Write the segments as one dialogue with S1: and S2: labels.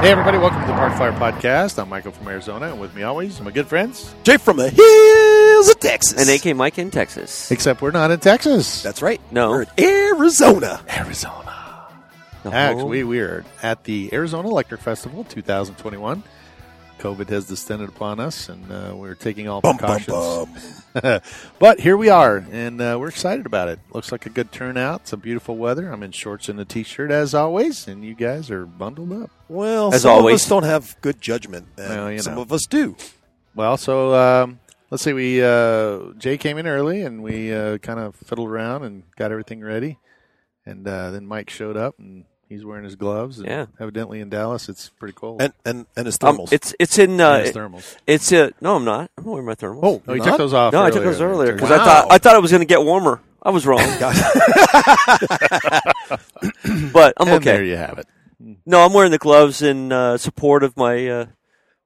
S1: Hey, everybody, welcome to the Park Flyer Podcast. I'm Michael from Arizona, and with me always, my good friends.
S2: Jay from the hills of Texas.
S3: And AK Mike in Texas.
S1: Except we're not in Texas.
S2: That's right.
S3: No.
S2: We're in Arizona.
S1: Arizona.
S3: The
S1: Actually,
S3: whole-
S1: we, we are at the Arizona Electric Festival 2021. COVID has descended upon us, and uh, we're taking all
S2: Bum, bum,
S1: precautions.
S2: bum.
S1: but here we are, and uh, we're excited about it. Looks like a good turnout. Some beautiful weather. I'm in shorts and a t-shirt as always, and you guys are bundled up.
S2: Well,
S3: As
S2: some of
S3: always.
S2: us don't have good judgment, and
S1: Well, you
S2: some
S1: know.
S2: of us do.
S1: Well, so um, let's see. We uh, Jay came in early, and we uh, kind of fiddled around and got everything ready, and uh, then Mike showed up, and he's wearing his gloves. And
S3: Yeah.
S1: evidently in Dallas, it's pretty cold.
S2: And and and it's
S3: Um,
S2: thermals.
S3: it's it's in uh,
S1: Yeah, it's
S3: it-
S1: thermals.
S3: it's uh, no I'm not I'm not wearing my thermals
S2: oh,
S1: Oh, you
S2: not?
S1: took those off.
S3: no I
S1: earlier.
S3: took those earlier because I
S2: Wow.
S3: thought I thought it was going to get warmer I was wrong but I'm
S1: And There
S3: okay
S1: you have it.
S3: no I'm wearing the gloves in uh, support of my uh,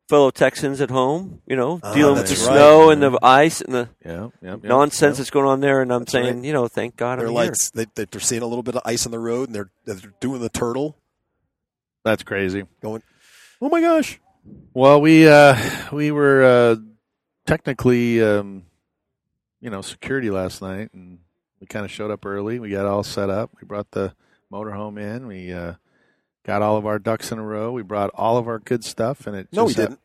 S3: fellow Texans at home you know
S2: Ah,
S3: dealing with the
S2: that's right.
S3: snow and the ice and the
S1: Yeah. Yep, yep,
S3: nonsense
S1: yep.
S3: that's going on there and I'm saying
S2: right.
S3: you know thank God
S2: They're
S3: I'm
S2: like
S3: here.
S2: they, they- they're seeing a little bit of ice on the road, and they're they're doing the turtle.
S1: That's crazy.
S2: Going, oh my gosh!
S1: Well, we uh, we were uh, technically, um, you know, security last night, and we kind of showed up early. We got all set up. We brought the motorhome in. We uh, got all of our ducks in a row. We brought all of our good stuff, and it.
S2: No, we
S1: just hap-
S2: didn't.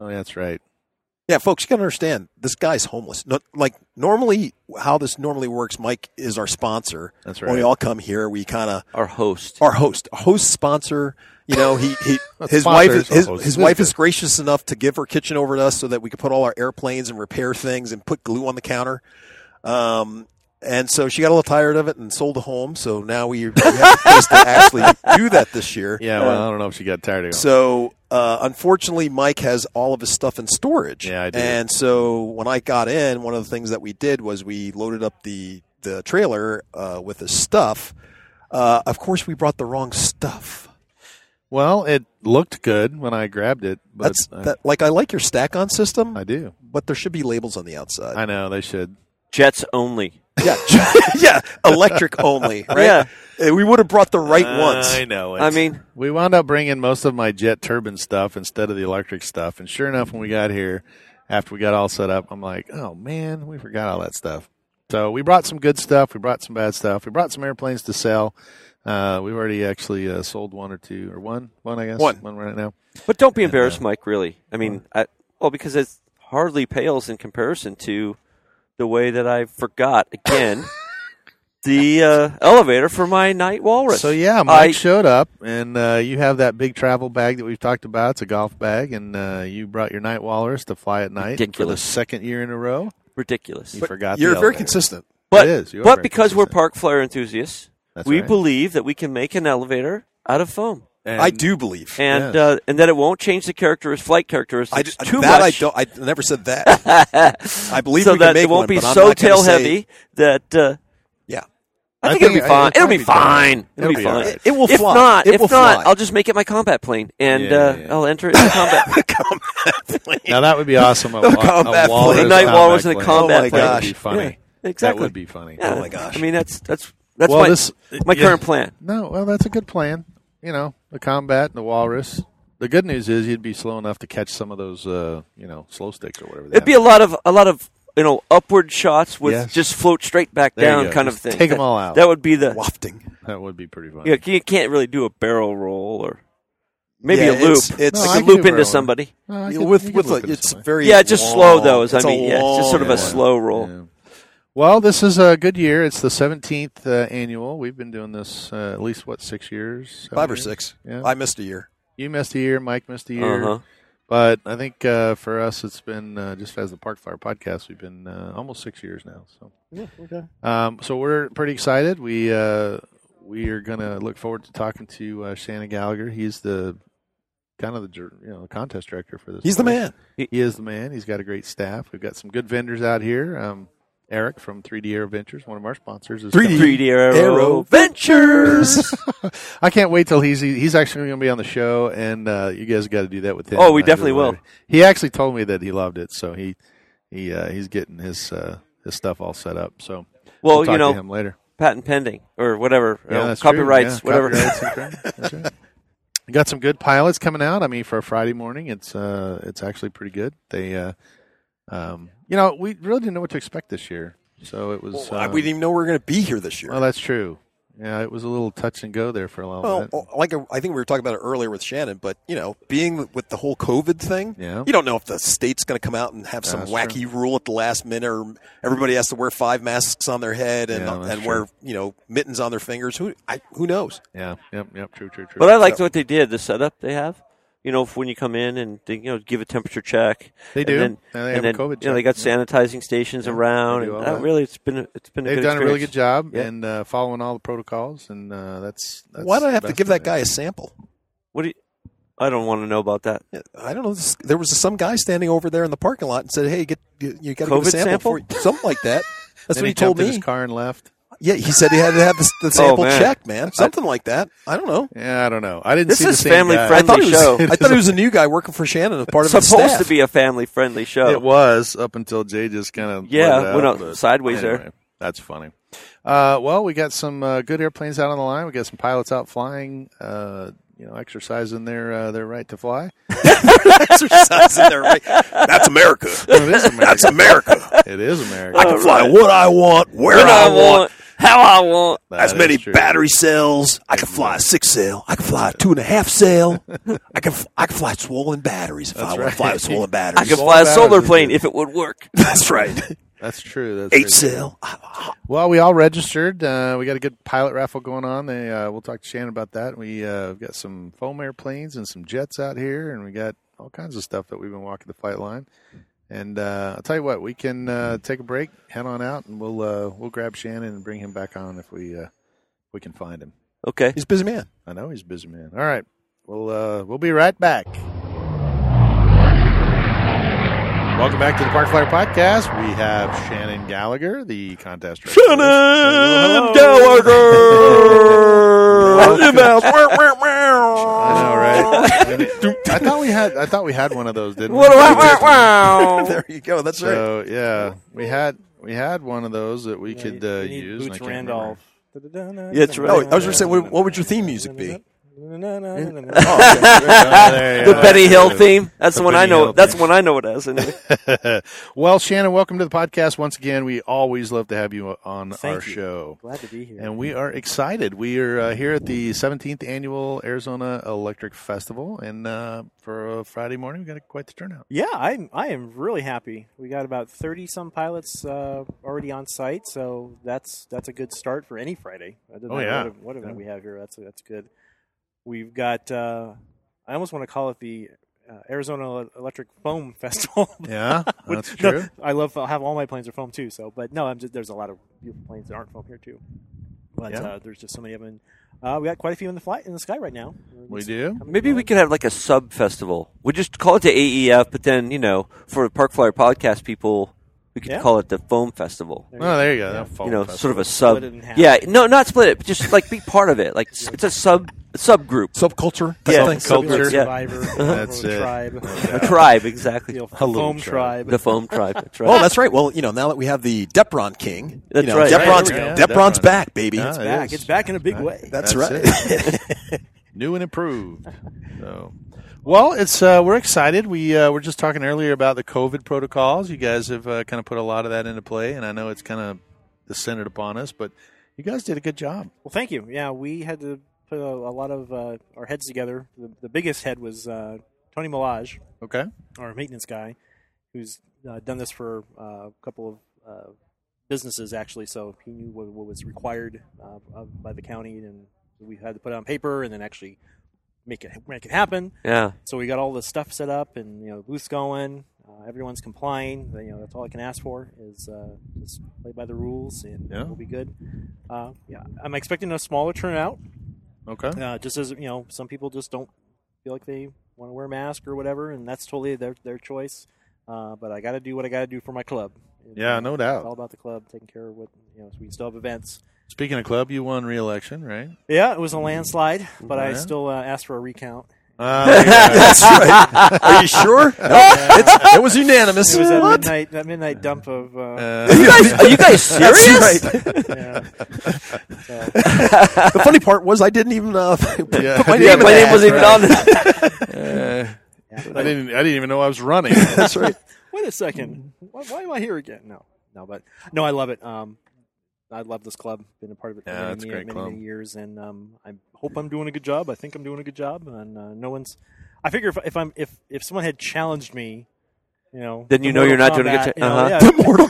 S1: oh, that's right.
S2: Yeah, folks, you gotta understand. This guy's homeless. No, like normally, how this normally works. Mike is our sponsor.
S1: That's
S2: When
S1: right.
S2: we all come here, we kind of
S3: our host
S2: our host, a host sponsor. You know, he, he his
S1: Sponsor
S2: wife
S1: is
S2: is
S1: our
S2: his,
S1: host.
S2: his wife is gracious enough to give her kitchen over to us so that we could put all our airplanes and repair things and put glue on the counter. Um, and so she got a little tired of it and sold the home. So now we, we have a place to actually do that this year.
S1: Yeah. Well, I don't know if she got tired of it.
S2: So uh, unfortunately, Mike has all of his stuff in storage.
S1: Yeah, I do.
S2: And so when I got in, one of the things that we did was we loaded up the the trailer uh, with his stuff. Uh, of course, we brought the wrong stuff.
S1: well, it looked good when I grabbed it, but
S2: That's
S1: I,
S2: that. Like I like your stack on system,
S1: I do.
S2: but there should be labels on the outside.
S1: I know they should.
S3: Jets only
S2: yeah, yeah, electric only. Right?
S3: Yeah.
S2: Uh, we would have brought the right ones.
S1: I know.
S3: I mean
S1: We wound up bringing most of my jet turbine stuff instead of the electric stuff. And sure enough, when we got here, after we got all set up, I'm like, oh man, we forgot all that stuff. So we brought some good stuff. We brought some bad stuff. We brought some airplanes to sell. Uh, we've already actually uh, sold one or two, or one, one, I guess.
S2: One.
S1: One right now.
S3: But don't be embarrassed, Mike. Really, I mean, I, well, because it hardly pales in comparison to the way that I forgot again the uh, elevator for my night walrus.
S1: So yeah, Mike
S3: I-
S1: showed up, and uh, you have that big travel bag that we've talked about. It's a golf bag, and uh, you brought your night walrus to fly at night And for the
S3: Ridiculous.
S1: second year in a row.
S3: ridiculous.
S1: You
S3: But,
S1: forgot. the
S2: You're very
S1: elevator.
S2: consistent.
S1: It is. You are
S3: but
S1: very
S3: because we're
S1: consistent.
S3: park flyer enthusiasts,
S1: That's
S3: we
S1: right.
S3: believe that we can make an elevator out of foam,
S1: And-
S2: I do believe.
S3: and
S1: Yes.
S3: uh, and that it won't change the characteristics, flight
S2: I,
S3: characteristics too
S2: that I
S3: much.
S2: don't. I never said that. I believe
S3: so
S2: we can
S3: that
S2: make
S3: it won't
S2: one,
S3: be
S2: but I'm
S3: so
S2: not gonna
S3: tail
S2: say-
S3: heavy that. Uh,
S2: Yeah.
S3: I
S1: I
S3: think,
S1: think
S3: it'll
S1: I-
S3: be fine.
S1: it'll probably
S3: It'll be
S1: be fine.
S3: fine. It'll be
S1: It'll be
S3: fine.
S1: alright.
S2: It will
S3: If
S2: fly.
S3: not,
S2: It
S3: if
S2: will
S3: not,
S2: fly.
S3: I'll just make it my combat plane, and
S1: Yeah,
S3: uh,
S1: yeah, yeah.
S3: I'll enter it in combat.
S1: Now that would be awesome. A, wa- a
S2: combat
S1: walrus,
S2: plane.
S3: A night
S1: combat
S3: walrus and a
S1: plane.
S3: combat
S2: Oh my
S1: That would
S2: gosh.
S1: be funny.
S3: Yeah, exactly.
S1: That would be funny.
S3: Yeah.
S2: Oh my gosh.
S3: I mean, that's that's that's
S1: Well,
S3: my
S1: this-
S3: my
S1: yeah.
S3: current plan.
S1: No, well, that's a good plan. You know, the combat and the walrus. The good news is you'd be slow enough to catch some of those, uh, you know, slow sticks or whatever. they
S3: It'd be
S1: have.
S3: a lot of a lot of you know upward shots with
S1: Yes.
S3: just float straight back
S1: There you
S3: down
S1: go.
S3: kind
S1: Just
S3: of thing.
S1: take 'em
S3: That-
S1: all out.
S3: That would be the
S2: wafting.
S1: that would be pretty funny.
S3: you, know, you can't really do a barrel roll or maybe
S2: Yeah,
S3: a loop.
S2: it's- it's-
S1: No,
S3: like
S1: I
S3: a
S1: can do
S3: loop
S1: barrel
S3: into
S1: roll.
S3: somebody.
S1: No, I
S2: You
S1: could-
S2: know, with
S1: you could
S2: with
S1: look
S2: a,
S1: at it
S2: it's
S1: some way.
S2: very
S3: Yeah, just
S2: long.
S3: slow though. As I
S2: It's a
S3: mean, yeah, it's just sort of
S2: long
S3: a slow roll.
S1: Yeah. Well, this is a good year. It's the seventeenth uh, annual. We've been doing this uh, at least what six years,
S2: five
S1: Seven
S2: or
S1: years?
S2: six.
S1: Yeah.
S2: I missed a year.
S1: You missed a year. Mike missed a year.
S3: Uh-huh.
S1: But I think uh, for us, it's been uh, just as the Park Fire podcast, we've been uh, almost six years now. So, um, so we're pretty excited. We uh, we are going to look forward to talking to uh, Shannon Gallagher. He's the kind of the dir- you know contest director for this.
S2: He's the
S1: place.
S2: man.
S1: He is the man. He's got a great staff. We've got some good vendors out here. Um, Eric from 3D Air Ventures, one of our sponsors, is
S2: 3D
S3: 3D Aero.
S2: Ventures.
S1: I can't wait till he's he's actually going to be on the show, and uh, you guys got to do that with him.
S3: Oh, we
S1: I
S3: definitely
S1: really-
S3: will.
S1: He actually told me that he loved it, so he he uh, he's getting his uh, his stuff all set up. So
S3: Well,
S1: we'll talk
S3: you know,
S1: to him later.
S3: patent pending or whatever, you
S1: Yeah,
S3: know,
S1: that's true.
S3: copyrights,
S1: Yeah,
S3: whatever.
S1: copyrights and copyrights. That's right. We Got some good pilots coming out. I mean, for a Friday morning, it's uh, it's actually pretty good. They, uh, um, you know, we really didn't know what to expect this year, so it was.
S2: Well,
S1: um,
S2: we didn't even know we were going to be here this year.
S1: well, that's true. Yeah, it was a little touch and go there for a little
S2: Well,
S1: bit.
S2: like uh, I think we were talking about it earlier with Shannon, but you know, being with the whole COVID thing,
S1: Yeah.
S2: you don't know if the state's going to come out and have some
S1: That's
S2: wacky rule at the last minute, or everybody has to wear five masks on their head and
S1: Yeah, that's
S2: and wear you know mittens on their fingers. Who I, who knows?
S1: Yeah, yep, yep, true, true, true.
S3: But I liked what they did, the setup they have. You know, if when you come in and they, you know give a temperature check,
S1: They
S3: and
S1: do.
S3: Then,
S1: Yeah, they
S3: and
S1: have a
S3: then,
S1: COVID
S3: you know, they
S1: check.
S3: got sanitizing stations around,
S1: they do
S3: and
S1: all
S3: that
S1: that.
S3: really it's been a, it's been a
S1: They've
S3: good
S1: done a really good
S3: experience.
S1: job
S3: Yeah.
S1: and uh, following all the protocols, and uh, that's, that's
S2: Why do I have
S1: the
S2: to
S1: best
S2: give
S1: of
S2: that
S1: it.
S2: guy a sample?
S3: What do you, I don't want to know about that.
S2: Yeah, I don't know. This- There was some guy standing over there in the parking lot and said, "Hey, get you, you got to give
S3: COVID
S2: a sample,
S3: sample?
S2: for you. something like that." That's
S1: Then
S2: what
S1: he
S2: he told
S1: jumped in
S2: me.
S1: his car Oh, and left.
S2: Yeah, he said he had to have the, the sample
S3: man.
S2: checked, man. Something like that. I don't know.
S1: Yeah, I don't know. I didn't.
S3: This
S1: see the
S3: is
S1: same
S3: family
S1: guy.
S2: I
S3: friendly
S2: thought, he was,
S3: show.
S2: I thought he was a new guy working for Shannon as part of
S3: It's
S2: his
S3: supposed
S2: staff.
S3: to be a family friendly show.
S1: It was up until Jay just kind of
S3: Oh. Yeah,
S1: let it
S3: went
S1: out,
S3: out
S1: but
S3: sideways there.
S1: That's funny. Uh, well, we got some uh, good airplanes out on the line. We got some pilots out flying. Uh, you know, exercising their uh, their right to fly.
S2: exercise in there. Right? That's America.
S1: Well, it is
S2: That's
S1: America.
S2: America.
S1: it is America.
S2: I can fly what I want, where
S3: What
S2: I want,
S3: how I want.
S1: That
S2: as
S1: is
S2: many
S1: true.
S2: battery cells. I can fly a six cell. I can fly a two and a half cell. I can f- I can fly swollen batteries if I want
S1: right.
S2: to fly with swollen
S3: I
S2: batteries.
S3: could
S1: Solar
S3: fly a
S1: batteries
S3: solar
S1: would do
S3: plane
S1: it.
S3: if it would work.
S2: That's right.
S1: That's true. That's
S2: Eight
S1: true.
S2: cell.
S1: Well, we all registered. Uh, we got a good pilot raffle going on. They, uh, we'll talk to Shannon about that. We uh, have got some foam airplanes and some jets out here, and we got all kinds of stuff that we've been walking the flight line. And uh, I'll tell you what, we can uh, take a break, head on out, and we'll uh, we'll grab Shannon and bring him back on if we uh, we can find him.
S3: Okay.
S2: He's a busy man.
S1: I know he's a busy man. All right, we'll uh, we'll be right back. Welcome back to the Park Flyer Podcast. We have Shannon Gallagher, the contest director. Hello. I know, right? I thought we had. I thought we had one of those, didn't we?
S2: There you go. That's right.
S1: So yeah, we had we had one of those that we could uh,
S4: You need
S1: use. and I
S4: Boots
S1: can't
S4: Randolph.
S3: That's right.
S2: Oh, I was gonna say, what- what would your theme music be?
S1: remember. Oh, there you
S3: The
S1: go.
S3: Betty Hill theme. That's
S1: The
S3: the one I
S1: Benny
S3: know.
S1: Hill
S3: That's
S1: theme.
S3: the one I know it as. Anyway.
S1: well, Shannon, welcome to the podcast once again. We always love to have you on
S4: Thank
S1: our
S4: you.
S1: show.
S4: Glad to be here.
S1: And we are excited. We are uh, here at the 17th annual Arizona Electric Festival, and uh, for a Friday morning, we got quite the turnout.
S4: yeah, I'm. I am really happy. We got about thirty some pilots uh, already on site, so that's that's a good start for any Friday. I didn't
S1: Oh,
S4: know
S1: yeah.
S4: what, what event
S1: Yeah.
S4: we have here. That's that's good. We've got. Uh, I almost want to call it the uh, Arizona Electric Foam Festival.
S1: Yeah,
S4: Which-
S1: that's true.
S4: No, I love. I have all my planes are foam too. So, but no, I'm just there's a lot of beautiful planes that aren't foam here too. But
S1: Yeah.
S4: uh, there's just so many of them. Uh, we got quite a few in the flight in the sky right now.
S1: We do.
S3: Maybe we could have like a sub festival. We just call it the AEF, but then you know, for the Park Flyer podcast people, we could
S4: Yeah.
S3: call it the Foam Festival.
S1: Oh, there you go.
S4: Yeah.
S1: That fall
S3: you know,
S1: festival.
S3: sort of a sub.
S4: it in half.
S3: Yeah, no, not split it. But just like be part of it. Like s- it's a sub subgroup,
S2: Subculture. type
S3: Yeah.
S2: thing?
S1: Subculture.
S4: Be like
S1: Culture.
S4: Survivor,
S1: That's
S4: Road
S1: it.
S4: Tribe,
S3: a tribe, exactly.
S4: you know,
S1: Hello,
S4: Foam
S1: tribe.
S4: Tribe.
S3: The Foam Tribe. That's right.
S2: Oh, that's right. Well, you know, now that we have the Depron King,
S3: That's
S2: you know,
S3: right.
S2: Depron's,
S1: Right, there we go.
S2: Depron's
S1: Depron.
S2: back, baby.
S1: Yeah,
S2: It's-
S1: it
S4: back.
S1: is.
S4: It's back in a big
S1: Right.
S4: way.
S2: That's,
S1: it. New and improved. So, well, it's uh, we're excited. We uh, were just talking earlier about the COVID protocols. You guys have uh, kind of put a lot of that into play, and I know it's kind of descended upon us, but you guys did a good job.
S4: Well, thank you. Yeah, we had to put a, a lot of uh, our heads together. The, the biggest head was uh, Tony Milage,
S1: Okay.
S4: our maintenance guy, who's uh, done this for uh, a couple of uh, businesses actually. So he knew what, what was required uh, of, by the county, and we had to put it on paper and then actually make it make it happen.
S3: Yeah.
S4: So we got all the stuff set up and you know booths going. Uh, everyone's complying. You know that's all I can ask for is uh, just play by the rules and
S1: Yeah.
S4: we'll be good. Uh, yeah, I'm expecting a smaller turnout.
S1: Okay.
S4: Uh, just as you know, some people just don't feel like they want to wear a mask or whatever, and that's totally their their choice. Uh, but I got to do what I got to do for my club.
S1: Yeah, no
S4: It's all
S1: doubt.
S4: about the club, taking care of what you know. So we still have events.
S1: Speaking of club, you won re-election, right?
S4: Yeah, it was a landslide, but I
S1: Yeah.
S4: still uh, asked for a recount.
S1: Uh, there you go.
S2: That's right. Are you sure? No, it's, it was unanimous.
S4: It was that
S2: What?
S4: midnight that midnight dump of. Uh,
S1: Uh,
S3: Are you guys
S2: That's
S3: serious?
S2: right.
S4: yeah. So,
S2: The funny part was I didn't even uh, put
S1: Yeah.
S2: my name.
S3: Yeah,
S2: in
S3: my
S2: that.
S3: name wasn't even on it.
S4: yeah,
S1: I
S4: but-
S1: didn't. I didn't even know I was running.
S2: That's right.
S4: wait a second. Why, why am I here again? No, no, but no, I love it. Um, I love this club. Been a part of it for
S1: Yeah,
S4: many,
S1: it's a
S4: many,
S1: great
S4: many,
S1: club.
S4: many years, and um, I hope I'm doing a good job. I think I'm doing a good job, and uh, no one's. I figure if, if I'm if if someone had challenged me, you know,
S3: Then
S4: the
S3: you know you're not
S4: Mortal
S3: doing a good
S4: Kombat,
S3: jo-
S4: you know,
S3: uh-huh.
S4: yeah,
S2: The Mortal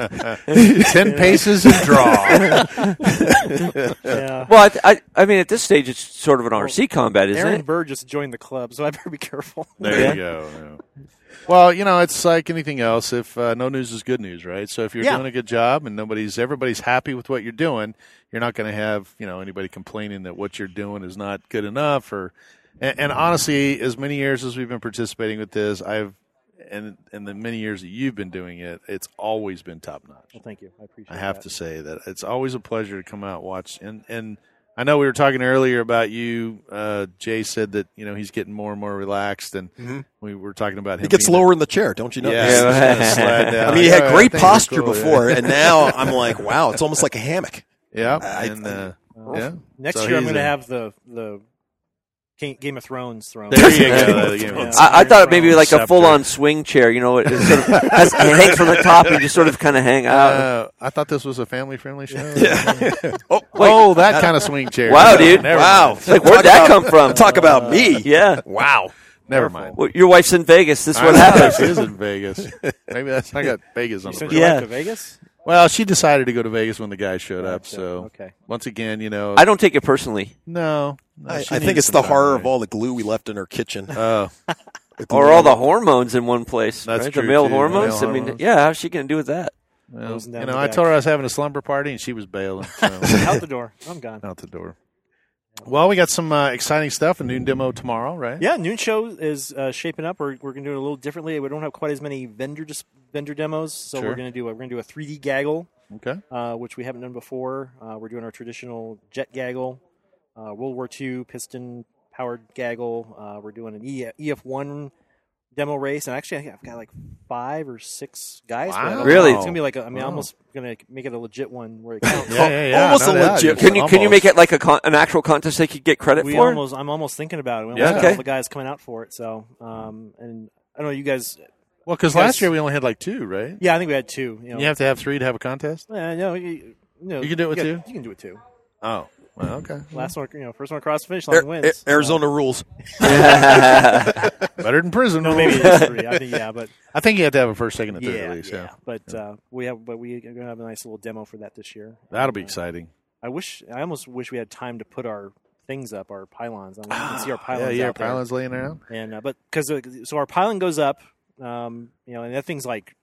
S2: Kombat.
S1: Ten paces and draw.
S4: yeah.
S3: Well, I, th- I, I mean, at this stage, it's sort of an RC combat, isn't
S4: Aaron
S3: it?
S4: Burr just joined the club, so I better be careful.
S1: There
S3: Yeah.
S1: you go. yeah. Well, you know, it's like anything else. If uh, no news is good news, right? So if you're
S4: Yeah.
S1: doing a good job and nobody's everybody's happy with what you're doing, you're not going to have you know anybody complaining that what you're doing is not good enough. Or and, and honestly, as many years as we've been participating with this, I've and and the many years that you've been doing it, it's always been top notch.
S4: Well, thank you. I appreciate.
S1: I have
S4: that.
S1: to say that it's always a pleasure to come out and watch. And and I know we were talking earlier about you. Uh, Jay said that you know he's getting more and more relaxed, and
S2: Mm-hmm.
S1: we were talking about him.
S2: He gets
S1: being-
S2: lower in the chair, don't you know?
S1: Yeah,
S3: Yeah.
S1: he's gonna slide down.
S2: I mean, he
S1: Yeah,
S2: had great
S1: things are
S2: posture
S1: cool, yeah.
S2: before, and now I'm like, wow, it's almost like a hammock.
S1: Yeah,
S2: I-
S1: and, uh, yeah.
S4: Next
S1: So
S4: year, I'm
S1: he's
S4: going to
S1: a-
S4: have the the Ga- Game of Thrones thrown.
S1: There you go. you know,
S4: Yeah.
S3: I, I thought it maybe
S4: Aaron
S3: like a
S1: Scepter.
S3: full-on swing chair. You know, it, it sort of has, it hangs from the top and you just sort of kind of hang out.
S1: uh, I thought this was a family-friendly show.
S2: Oh,
S1: oh, that kind of swing chair.
S3: wow, dude!
S1: Never
S2: Wow.
S1: mind.
S3: It's like where'd
S2: Talk
S3: that
S2: about-
S3: come from?
S2: talk about me.
S3: yeah.
S2: Wow.
S1: Never mind.
S3: Well, your wife's in Vegas. This is what
S1: I know
S3: happens.
S1: She is in Vegas. Maybe that's I got Vegas on the
S4: You sent
S1: brain.
S4: your wife
S3: Yeah.
S4: to Vegas.
S1: Well, she decided to go to Vegas when the guy showed up.
S4: Gotcha.
S1: So
S4: Okay.
S1: once again, you know,
S3: I don't take it personally,
S1: no. no,
S2: I,
S1: she
S2: I think
S1: needs
S2: it's
S1: some
S2: the
S1: time
S2: horror
S1: away.
S2: of all the glue we left in her kitchen. Uh,
S1: Oh,
S3: or all the hormones in one place.
S1: That's
S3: right?
S1: true,
S3: The male
S1: too. The male
S3: hormones. I mean,
S1: hormones.
S3: yeah. How's she going to do with that?
S1: well,
S4: Goes
S1: you
S4: down
S1: know,
S4: the
S1: I
S4: back.
S1: told her I was having a slumber party, and she was bailing. So
S4: Out the door. I'm gone.
S1: out the door. Well, we got some uh, exciting stuff. A new demo tomorrow, right?
S4: Yeah, noon show is uh, shaping up. We're, we're going to do it a little differently. We don't have quite as many vendor dis- vendor demos, so
S1: Sure.
S4: we're going to do a, we're going to do a 3D gaggle,
S1: Okay.
S4: uh, which we haven't done before. Uh, we're doing our traditional jet gaggle, uh, World War II piston powered gaggle. Uh, we're doing an E- EF1 demo race, and actually, I think I've got like five or six guys. for that.
S1: Wow.
S3: Really?
S4: it's going to be like a, I mean,
S1: Wow.
S4: almost going to make it a legit one where it counts.
S1: Yeah, yeah, yeah.
S2: almost
S1: No
S2: a
S1: doubt.
S2: legit-
S1: It's
S3: Can you can you
S1: almost-
S3: make it like a con- an actual contest they could get credit
S4: we
S3: for?
S4: almost I'm almost thinking about it. We almost
S1: Yeah.
S4: got
S3: Okay.
S4: all the guys coming out for it. So, um, and I don't know you guys.
S1: Well, because last year we only had like two, right?
S4: Yeah, I think we had two. You know,
S1: You have to have three to have a contest.
S4: Yeah, no, you, you, know,
S1: You can do it with
S4: got-
S1: two?
S4: You can do it two.
S1: Oh, well, okay.
S4: Last one, you know, first one across the finish line
S2: Ar- Ar-
S4: wins.
S2: Arizona rules.
S1: Better than prison.
S4: No, maybe it is three. I think yeah, but
S1: I think you have to have a first, second, and
S4: yeah,
S1: third at least. Yeah.
S4: yeah. But Uh, we have, but we are gonna have a nice little demo for that this year.
S1: That'll be
S4: Uh,
S1: exciting.
S4: I wish. I almost wish we had time to put our things up, our pylons. I mean, you can see our pylons.
S1: Ah, Yeah, yeah.
S4: out there.
S1: Pylon's laying around.
S4: And uh, but because so our pylon goes up, um, you know, and that thing's like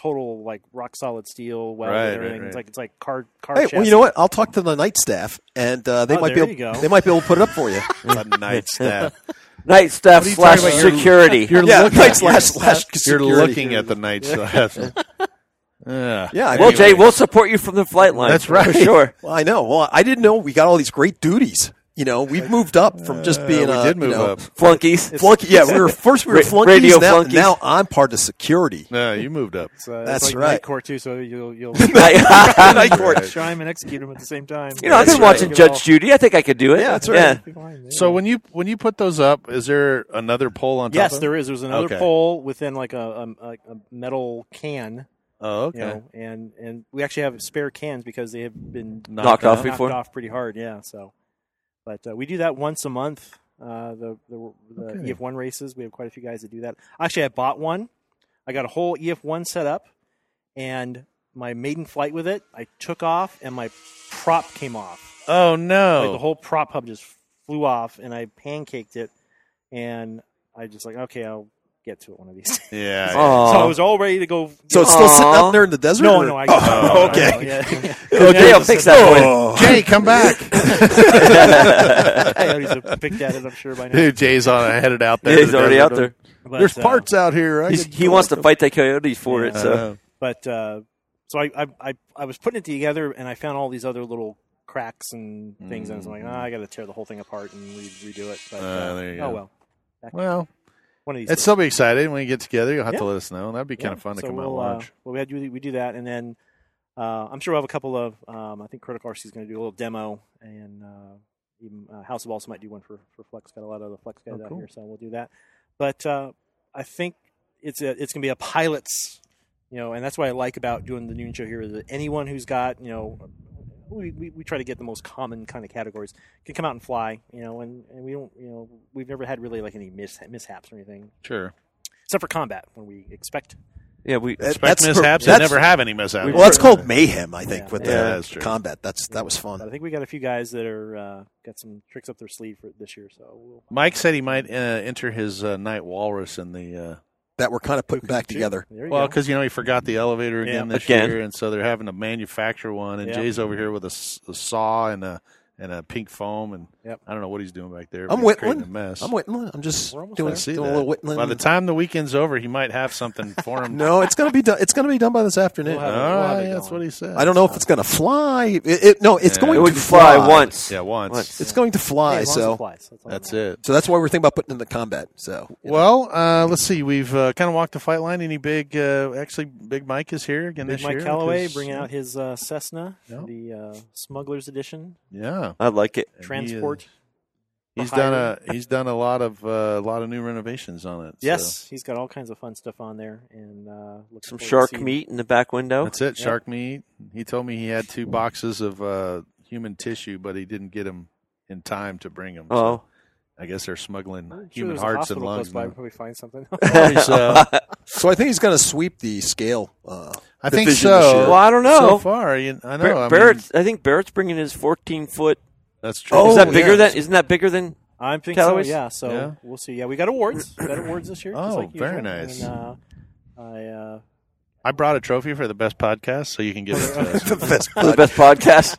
S4: total like rock solid steel welded
S1: Right,
S4: and
S1: right,
S4: everything.
S1: right.
S4: It's like it's like car car.
S2: Hey,
S4: chassis.
S2: well, you know what? I'll talk to the night staff, and uh, they
S4: Oh,
S2: might
S4: there
S2: be
S4: you go.
S2: able, they might be able to put it up for you.
S1: The night staff.
S3: Night staff
S1: What are you
S3: slash
S1: talking about? You're-
S3: security.
S1: You're
S2: yeah,
S1: looking.
S2: night slash slash
S1: You're
S2: security.
S1: looking at the night staff. Yeah.
S2: Yeah, I
S3: well,
S2: mean,
S3: Jay, we'll support you from the flight line.
S1: That's right.
S3: for sure.
S2: well, I know. Well, I didn't know we got all these great duties. You know, we've moved up from just being
S1: Uh, we
S2: a
S1: did move
S2: uh, you know,
S1: up.
S3: Flunkies.
S2: Flunky, yeah, we were first we were
S3: Ra-
S2: flunkies.
S3: radio
S2: now,
S3: flunkies.
S2: now I'm part of security.
S1: No, you moved up.
S4: It's, uh,
S2: That's
S4: it's like
S2: right.
S4: Night court too, so you'll you'll
S2: Night court.
S4: try him and execute him at the same time.
S3: You know, I've
S2: That's
S3: been watching
S4: Get it all-
S3: Judge Judy. I think I could do it.
S2: Yeah, that's right.
S1: So when you when you put those up, is there another poll on top?
S4: Yes,
S1: of
S4: there is. There's another
S1: Okay.
S4: pole within like a, a, a a metal can,
S1: Oh, okay.
S4: you know, and and we actually have spare cans because they have been
S3: Knocked off
S4: knocked
S3: before.
S4: off pretty hard. Yeah, so, but uh, we do that once a month. Uh, the the, the
S1: Okay.
S4: EF1 races, we have quite a few guys that do that. Actually, I bought one. I got a whole EF1 set up, and my maiden flight with it, I took off, and my prop came off.
S1: Oh
S4: Like
S1: no.
S4: the whole prop hub just flew off, and I pancaked it, and I just like, okay, I'll get to it one of these days.
S1: Yeah.
S4: So I
S3: Aw.
S4: was all ready to go.
S2: So it's still sitting
S3: Aw.
S2: out there in the desert.
S4: no,
S2: or-
S4: no, I.
S2: Oh,
S4: I-
S2: okay.
S4: yeah.
S3: Oh, Dale, fix that for you.
S2: Oh.
S1: Jay, come back.
S4: I already sort of picked at it, I'm sure by now.
S1: Dude, Jay's on headed out there.
S3: He's already out there.
S4: But,
S1: There's
S4: uh,
S1: parts out here. I
S3: He's,
S1: could
S3: he wants to
S1: collect
S3: fight the coyotes for
S1: them.
S3: it. So
S4: but uh, so I, I I I was putting it together and I found all these other little cracks and things and I was like, ah, I got to tear the whole thing apart and re- redo it. But,
S1: Uh,
S4: uh,
S1: Mm. there you
S4: oh
S1: go.
S4: well,
S1: Well,
S4: one of these.
S1: it's
S4: days.
S1: still be exciting when you get together. You'll have to
S4: Yeah.
S1: let us know. That'd be kind of
S4: Yeah.
S1: fun to
S4: So
S1: come out and
S4: we'll, uh,
S1: watch.
S4: well, we had to do, we do that, and then uh, I'm sure we'll have a couple of. Um, I think Critical RC is going to do a little demo, and uh, even uh, House of Also might do one for for Flex. Got a lot of the Flex guys
S1: Oh,
S4: out
S1: cool.
S4: here, so we'll do that. But uh, I think it's a, it's going to be a pilot's, you know, and that's what I like about doing the noon show here is that anyone who's got you know. We, we, we try to get the most common kind of categories can come out and fly you know and, and we don't you know we've never had really like any mis- mishaps or anything
S1: sure.
S4: except for combat when we expect
S3: yeah, we
S2: That-
S1: Expect
S2: that's
S1: mishaps
S2: per-
S1: and
S2: that's-
S1: never have any mishaps.
S2: Well, that's called mayhem, I think,
S4: Yeah.
S2: with
S1: Yeah,
S2: the
S1: that's true.
S2: combat. That's that was
S4: But I
S2: fun.
S4: think we got a few guys that are uh, got some tricks up their sleeve for this year. So we'll,
S1: Mike said he might uh, enter his uh, night walrus in the. Uh,
S2: That we're kind of putting back together.
S4: there you
S1: well,
S4: go.
S1: because you know he forgot the elevator
S4: Yeah.
S1: again this
S3: Again.
S1: year, and so they're having to manufacture one. And
S4: Yeah.
S1: Jay's over here with a, s- a saw and a and a pink foam, and
S4: Yep.
S1: I don't know what he's doing back there.
S2: I'm
S1: but he's creating
S2: whittling.
S1: a mess.
S2: I'm whittling. I'm just
S4: We're almost
S2: doing,
S4: there.
S1: See
S2: doing a
S1: that.
S2: little whittling.
S1: By the time the weekend's over, he might have something for him.
S2: no, it's gonna be done. It's gonna be done by this afternoon.
S4: We'll have-
S1: All
S4: we'll have
S1: right,
S4: it
S1: that's
S4: going.
S1: what he said.
S2: I don't know if it's gonna fly. It, it- no, it's
S1: Yeah.
S3: it
S2: going
S3: would
S2: to
S3: fly once.
S1: Yeah, once.
S3: Once.
S2: It's going to
S4: Hey,
S2: fly.
S4: as long as it
S2: so
S4: flies, that's, all
S1: That's
S4: that
S1: it.
S2: so that's why we're thinking about putting it in the combat. So you know.
S1: Well, uh, let's see. We've uh, kind of walked the fight line. Any big, uh, actually, Big Mike is here again
S4: matters. Big
S1: this
S4: Mike
S1: year.
S4: Calloway
S1: because-
S4: bringing out his uh, Cessna,
S1: Yeah.
S4: the uh, Smuggler's Edition
S1: Yeah,
S3: I like it.
S1: And he, uh,
S4: transport.
S1: he's
S4: for
S1: done
S4: hire.
S1: a he's done a lot of uh, a lot of new renovations on it. so
S4: yes, he's got all kinds of fun stuff on there, and uh, looking
S3: Some
S4: forward to
S3: shark
S4: seeing-
S3: meat in the back window.
S1: that's it.
S4: Yeah.
S1: Shark meat. He told me he had two boxes of uh, human tissue, but he didn't get them in time to bring them.
S3: Oh,
S1: I guess they're smuggling
S4: I'm sure
S1: human
S4: there's a
S1: hearts and
S4: hospital
S1: lungs.
S4: close by.
S1: now.
S4: We'll probably find something.
S1: Probably so.
S2: So I think he's going to sweep the scale. Uh,
S1: I think
S2: division this
S1: so.
S2: year.
S3: well, I don't know.
S1: So far, you, I know.
S3: Bar-
S1: I mean,
S3: Barrett's. I think Barrett's bringing his 14 foot.
S1: that's true.
S2: Oh,
S3: is that bigger
S2: yeah.
S3: than? Isn't that bigger than?
S4: I'm thinking so.
S3: Calloway's?
S4: Yeah, so
S1: Yeah.
S4: we'll see. Yeah, we got awards. We got awards this year. just
S1: Oh,
S4: like
S1: very
S4: usual.
S1: nice.
S4: And, uh, I uh,
S1: I brought a trophy for the best podcast, so you can give it to us.
S2: the best
S3: The best podcast.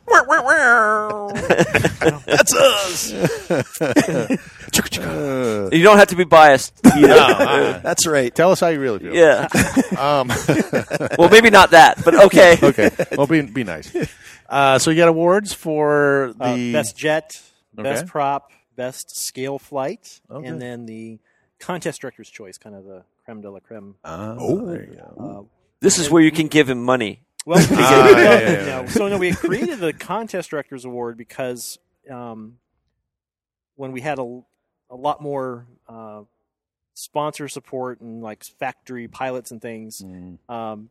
S2: That's us.
S3: You don't have to be biased. Either.
S1: Oh,
S2: That's right.
S1: Tell us how you really feel.
S3: yeah.
S1: Um,
S3: Well, maybe not that, but okay.
S1: okay. Well, be, be nice. Uh, so you got awards for
S4: Uh,
S1: the
S4: best jet, best
S1: Okay.
S4: prop, best scale flight,
S1: Okay.
S4: and then the contest director's choice, kind of the creme de la creme.
S1: Ah,
S2: Oh.
S1: there you go.
S4: Uh,
S3: This is where you can give him money.
S4: well, we-
S1: Ah,
S4: well,
S1: yeah, yeah,
S4: no,
S1: yeah.
S4: so no, we created the contest director's award because um, when we had a, a lot more uh, sponsor support and like factory pilots and things,
S1: Mm.
S4: um,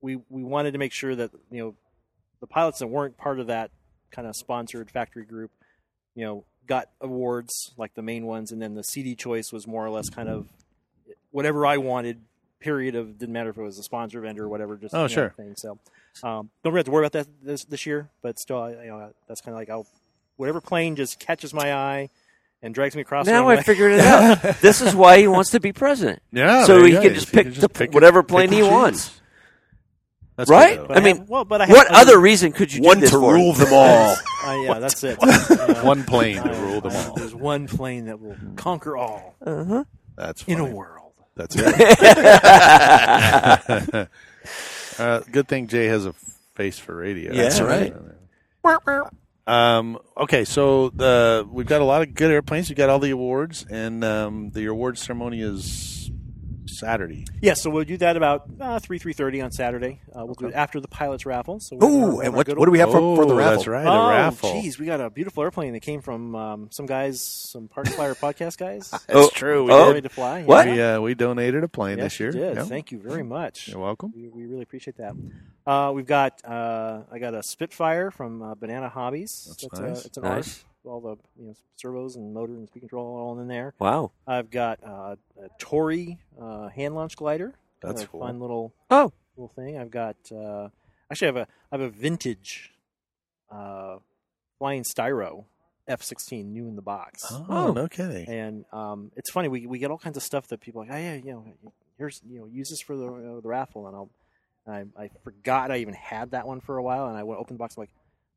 S4: we we wanted to make sure that you know the pilots that weren't part of that kind of sponsored factory group, you know, got awards like the main ones, and then the CD choice was more or less kind of whatever I wanted. Period of didn't matter if it was a sponsor vendor or whatever. Just
S1: Oh,
S4: you know,
S1: sure.
S4: thing. So um, don't really have to worry about that this this year, but still, I- you know, that's kind of like I'll, whatever plane just catches my eye and drags me across. the
S3: Now I
S4: runway.
S3: figured it out. This is why he wants to be president.
S1: Yeah.
S3: so
S1: there
S3: he
S1: you go.
S3: can just
S1: You
S3: pick, the,
S1: pick-
S3: whatever
S1: pick
S3: plane
S1: and
S3: he
S1: choose.
S3: wants.
S1: That's
S3: Right?
S1: good, though.
S4: But
S3: I mean,
S4: have- well, but I have
S3: What other reason could you do
S2: One
S3: this
S2: to
S3: for him?
S2: rule them all.
S4: Uh, yeah, that's it. Uh,
S1: One plane to
S4: I-
S1: rule them
S4: I-
S1: all.
S4: There's one plane that will conquer all
S1: That's
S4: in a
S1: funny.
S4: world.
S1: That's it. uh, good thing Jay has a face for radio.
S3: Yeah. That's
S2: right.
S1: Um, okay, so the, we've got a lot of good airplanes. We've got all the awards, and um, the award ceremony is Saturday.
S4: Yeah, so we'll do that about uh, three three thirty on Saturday. Uh, we'll do it after the pilots raffle. So we'll
S2: Ooh,
S4: have our-
S2: and
S4: our
S2: what,
S4: good
S2: what do we have for,
S1: oh,
S2: for the raffle?
S1: That's right,
S4: Oh,
S1: the raffle.
S4: Jeez, we got a beautiful airplane that came from um, some guys, some Park Flyer podcast guys.
S1: That's
S3: Oh,
S1: true. We,
S3: oh.
S1: did.
S4: ready to fly.
S3: What?
S4: Yeah.
S1: we uh, we donated a plane
S4: Yes,
S1: this year.
S4: you did.
S1: Yeah.
S4: Thank you very much.
S1: You're welcome.
S4: We, we really appreciate that. Uh, we've got uh, I got a Spitfire from uh, Banana Hobbies.
S1: That's
S4: That's
S1: nice.
S4: A, it's an
S3: Nice.
S4: RF, all the you know, servos and motor and speed control all in there.
S3: Wow.
S4: I've got uh, a Tory uh, hand launch glider. Kind
S1: That's
S4: of a
S1: cool.
S4: Fun little
S3: Oh.
S4: little thing. I've got uh, actually I have a I have a vintage uh, flying styro F-16 new in the box.
S1: Oh, no kidding.
S4: And um, it's funny we we get all kinds of stuff that people are like, oh yeah, you know, here's you know, use this for the uh, the raffle, and I'll. and I, I forgot I even had that one for a while, and I went open the box. I'm like,